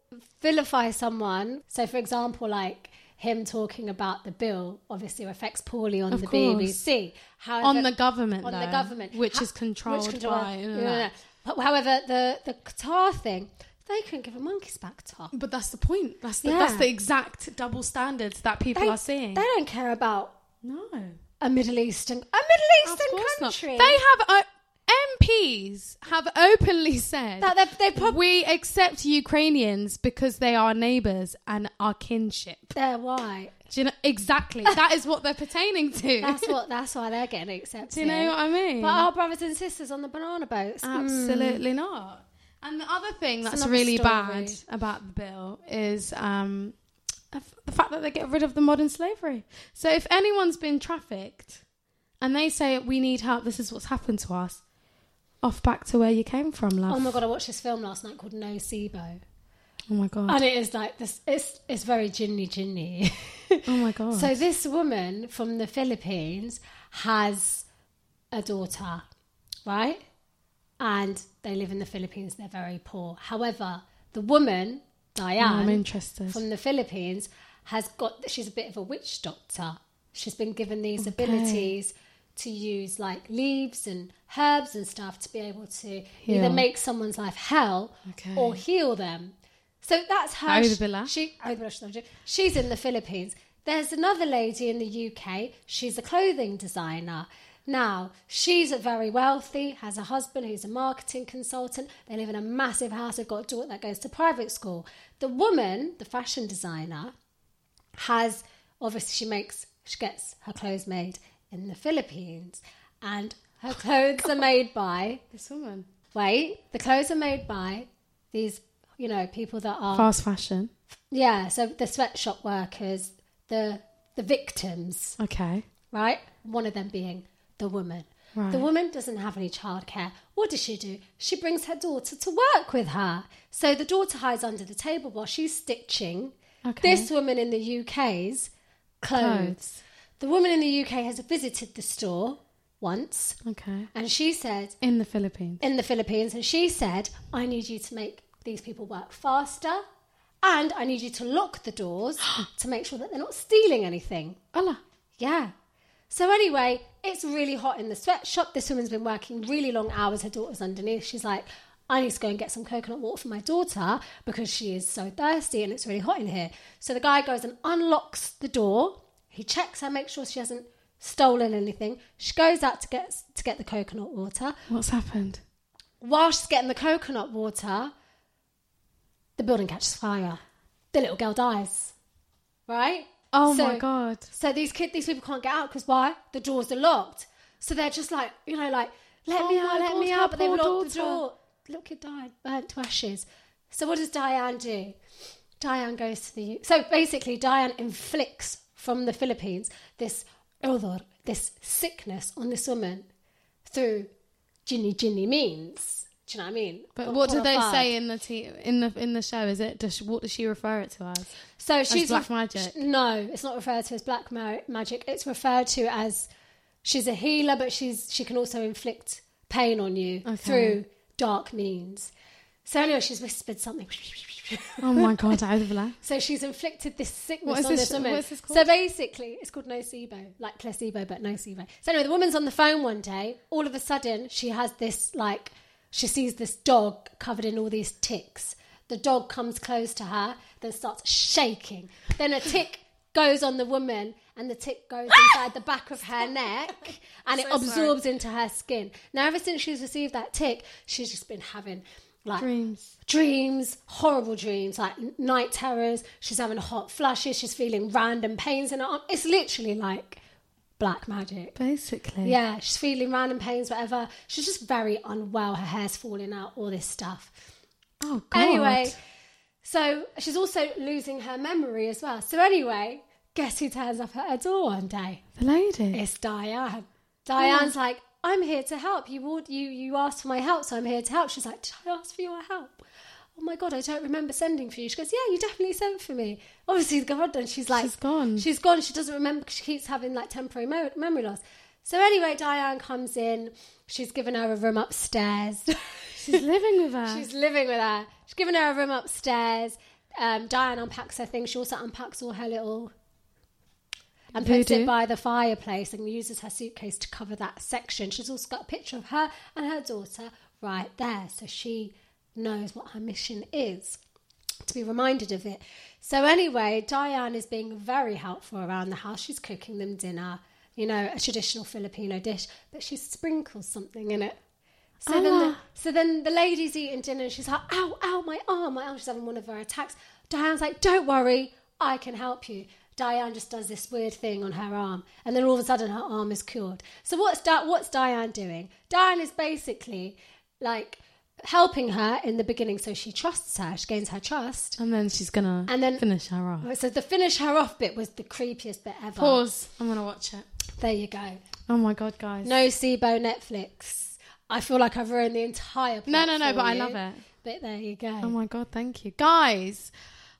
Speaker 1: vilify someone. So for example, like him talking about the bill obviously affects poorly on
Speaker 2: Of
Speaker 1: the
Speaker 2: course.
Speaker 1: BBC. However,
Speaker 2: on the government,
Speaker 1: on the
Speaker 2: though,
Speaker 1: government,
Speaker 2: which
Speaker 1: Ha-
Speaker 2: is controlled
Speaker 1: control-
Speaker 2: by.
Speaker 1: no, no, no. But However, the the Qatar thing, they couldn't give a monkey's back to.
Speaker 2: But that's the point. That's the,
Speaker 1: Yeah.
Speaker 2: that's the exact double standards that people
Speaker 1: They,
Speaker 2: are seeing.
Speaker 1: they don't care about
Speaker 2: no,
Speaker 1: a Middle Eastern a Middle
Speaker 2: of
Speaker 1: Eastern
Speaker 2: course not.
Speaker 1: country.
Speaker 2: They have uh, MPs have openly said
Speaker 1: that they, they probably
Speaker 2: we accept Ukrainians because they are neighbours and our kinship.
Speaker 1: they're white.
Speaker 2: Do you know exactly? that is what they're pertaining to.
Speaker 1: That's what. That's why they're getting accepted.
Speaker 2: Do you know what I mean?
Speaker 1: But our brothers and sisters on the banana boats. Hmm.
Speaker 2: Absolutely not. And the other thing that's
Speaker 1: another
Speaker 2: really
Speaker 1: story.
Speaker 2: bad about the bill is um, f- the fact that they get rid of the modern slavery. So if anyone's been trafficked and they say we need help, this is what's happened to us. Off back to where you came from, love.
Speaker 1: Oh my god, I watched this film last night called Nocebo,
Speaker 2: Oh my god.
Speaker 1: and it is like this. It's it's very ginny ginny.
Speaker 2: Oh my god.
Speaker 1: so this woman from the Philippines has a daughter, right? And they live in the Philippines. They're very poor. However, the woman
Speaker 2: Oh, I'm
Speaker 1: Diane
Speaker 2: interested.
Speaker 1: from the Philippines has got. She's a bit of a witch doctor. She's been given these abilities to use like leaves and herbs and stuff to be able to either
Speaker 2: Heal.
Speaker 1: make someone's life hell
Speaker 2: Okay.
Speaker 1: or heal them. So that's her.
Speaker 2: Auda Billah.
Speaker 1: She, Auda Billah, she's not Jew. she's in the Philippines. There's another lady in the UK. She's a clothing designer. Now, she's a very wealthy, has a husband who's a marketing consultant. They live in a massive house. They've got a daughter that goes to private school. The woman, the fashion designer, has obviously she makes she gets her clothes made in the Philippines and her clothes are made by
Speaker 2: This woman.
Speaker 1: wait, the clothes are made by these you know people that are
Speaker 2: Fast fashion.
Speaker 1: yeah, so the sweatshop workers, the the victims,
Speaker 2: Okay.
Speaker 1: right? One of them being the woman. The
Speaker 2: Right.
Speaker 1: woman doesn't have any childcare. What does she do? She brings her daughter to work with her. So the daughter hides under the table while she's stitching
Speaker 2: Okay.
Speaker 1: this woman in the UK's clothes.
Speaker 2: Clothes.
Speaker 1: The woman in the UK has visited the store once
Speaker 2: Okay.
Speaker 1: and she said,
Speaker 2: In the Philippines.
Speaker 1: in the Philippines, and she said, I need you to make these people work faster and I need you to lock the doors to make sure that they're not stealing anything.
Speaker 2: Allah.
Speaker 1: Yeah. So anyway, it's really hot in the sweatshop. This woman's been working really long hours. Her daughter's underneath. She's like, I need to go and get some coconut water for my daughter because she is so thirsty and it's really hot in here. So the guy goes and unlocks the door. He checks her, makes sure she hasn't stolen anything. She goes out to get to get the coconut water.
Speaker 2: What's happened?
Speaker 1: While she's getting the coconut water, the building catches fire. The little girl dies. Right?
Speaker 2: Oh
Speaker 1: So-
Speaker 2: my god.
Speaker 1: so these kid, these people can't get out because why? The doors are locked. So they're just like, you know, like let
Speaker 2: Oh
Speaker 1: me
Speaker 2: my
Speaker 1: out, let
Speaker 2: God,
Speaker 1: me
Speaker 2: her
Speaker 1: out, but they've
Speaker 2: poor
Speaker 1: locked the
Speaker 2: daughter.
Speaker 1: door. Little kid died, burnt to ashes. So what does Diane do? Diane goes to the. U- So basically, Diane inflicts from the Philippines this odor, this sickness on this woman through ginny ginny means. Do you know what I mean?
Speaker 2: But what do they
Speaker 1: Horrified.
Speaker 2: say in the te- in the in the show? Is it does she, what does she refer it to as?
Speaker 1: So she's
Speaker 2: black magic?
Speaker 1: sh- no, it's not referred to as black ma- magic. It's referred to as she's a healer, but she's she can also inflict pain on you through dark means. So anyway, she's whispered something.
Speaker 2: Oh my god, Adela.
Speaker 1: so she's inflicted this sickness
Speaker 2: What is
Speaker 1: on
Speaker 2: this-
Speaker 1: this, woman.
Speaker 2: what is this
Speaker 1: So
Speaker 2: called?
Speaker 1: basically, it's called nocebo, like placebo, but nocebo. So anyway, the woman's on the phone one day. All of a sudden, she has this like she sees this dog covered in all these ticks. The dog comes close to her, then starts shaking. Then a tick goes on the woman, and the tick goes
Speaker 2: Ah!
Speaker 1: inside the back of her neck, and it absorbs into her skin. Now, ever since she's received that tick, she's just been having like
Speaker 2: Dreams.
Speaker 1: dreams, horrible dreams, like n- night terrors. She's having hot flushes. She's feeling random pains in her arm. It's literally like black magic.
Speaker 2: Basically.
Speaker 1: Yeah, she's feeling random pains, whatever. She's just very unwell. Her hair's falling out, all this stuff.
Speaker 2: Oh god.
Speaker 1: Anyway, so she's also losing her memory as well. So anyway, guess who turns up at her door one day?
Speaker 2: the lady.
Speaker 1: It's Diane. Diane's like, I'm here to help. You would you you asked for my help, so I'm here to help. She's like, Did I ask for your help? Oh my god, I don't remember sending for you. She goes, Yeah, you definitely sent for me. Obviously, God, and she's like,
Speaker 2: She's gone.
Speaker 1: She's gone. She doesn't remember. 'cause She keeps having like temporary mo- memory loss. So anyway, Diane comes in. She's given her a room upstairs.
Speaker 2: She's living with her.
Speaker 1: She's living with her. She's given her a room upstairs. Um, Diane unpacks her things. She also unpacks all her little and puts
Speaker 2: Voodoo.
Speaker 1: it by the fireplace and uses her suitcase to cover that section. She's also got a picture of her and her daughter right there, so she knows what her mission is to be reminded of it. So anyway, Diane is being very helpful around the house. She's cooking them dinner, you know, a traditional Filipino dish, but she sprinkles something in it. So then, the,
Speaker 2: Ah.
Speaker 1: so then the lady's eating dinner and she's like, ow, ow, my arm, my arm. She's having one of her attacks. Diane's like, don't worry, I can help you. Diane just does this weird thing on her arm, and then all of a sudden her arm is cured. So what's Di- what's Diane doing? Diane is basically like helping her in the beginning, so she trusts her, she gains her trust.
Speaker 2: and then she's gonna
Speaker 1: And then-
Speaker 2: finish her off.
Speaker 1: So the finish her off bit was the creepiest bit ever.
Speaker 2: Ah. Pause. I'm gonna watch it.
Speaker 1: There you go.
Speaker 2: Oh my god, guys.
Speaker 1: No SIBO Netflix. I feel like I've ruined the entire.
Speaker 2: no,
Speaker 1: plot
Speaker 2: no, no
Speaker 1: for
Speaker 2: but I
Speaker 1: you.
Speaker 2: love it.
Speaker 1: But there you go.
Speaker 2: Oh my god, thank you, guys.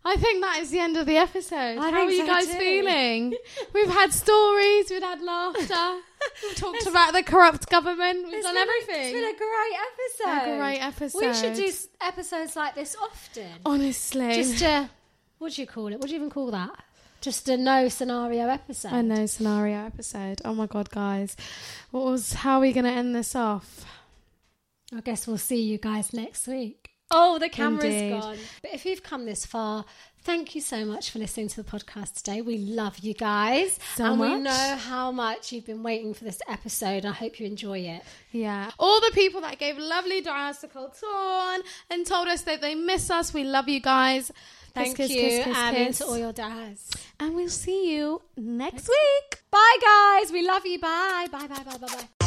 Speaker 2: I think that is the end of the episode.
Speaker 3: I
Speaker 2: How
Speaker 3: think
Speaker 2: are
Speaker 3: so
Speaker 2: you guys
Speaker 3: too.
Speaker 2: feeling? We've had stories, we've had laughter, we've talked about the corrupt government, we've
Speaker 3: It's
Speaker 2: done
Speaker 3: been a- it's
Speaker 2: everything.
Speaker 3: been a great episode.
Speaker 2: A great
Speaker 1: We should
Speaker 2: episode.
Speaker 1: do s- episodes like this often.
Speaker 2: Honestly,
Speaker 1: Just a, what do you call it? What do you even call that? Just a no scenario episode.
Speaker 2: I know scenario episode. Oh my god, guys, what was? How are we going to end this off?
Speaker 1: I guess we'll see you guys next week. Oh, the camera's
Speaker 2: Indeed.
Speaker 1: gone. But if you've come this far, thank you so much for listening to the podcast today. We love you guys.
Speaker 2: So
Speaker 1: and we
Speaker 2: much.
Speaker 1: know how much you've been waiting for this episode. I hope you enjoy it.
Speaker 2: Yeah. All the people that gave lovely duas to Colton and told us that they miss us. We love you guys.
Speaker 1: Thank
Speaker 2: kiss,
Speaker 1: you.
Speaker 2: kiss, kiss,
Speaker 1: and
Speaker 2: kiss.
Speaker 1: to all your dads.
Speaker 2: and we'll see you next week.
Speaker 1: Bye, guys. We love you. Bye. Bye, bye, bye, bye, bye.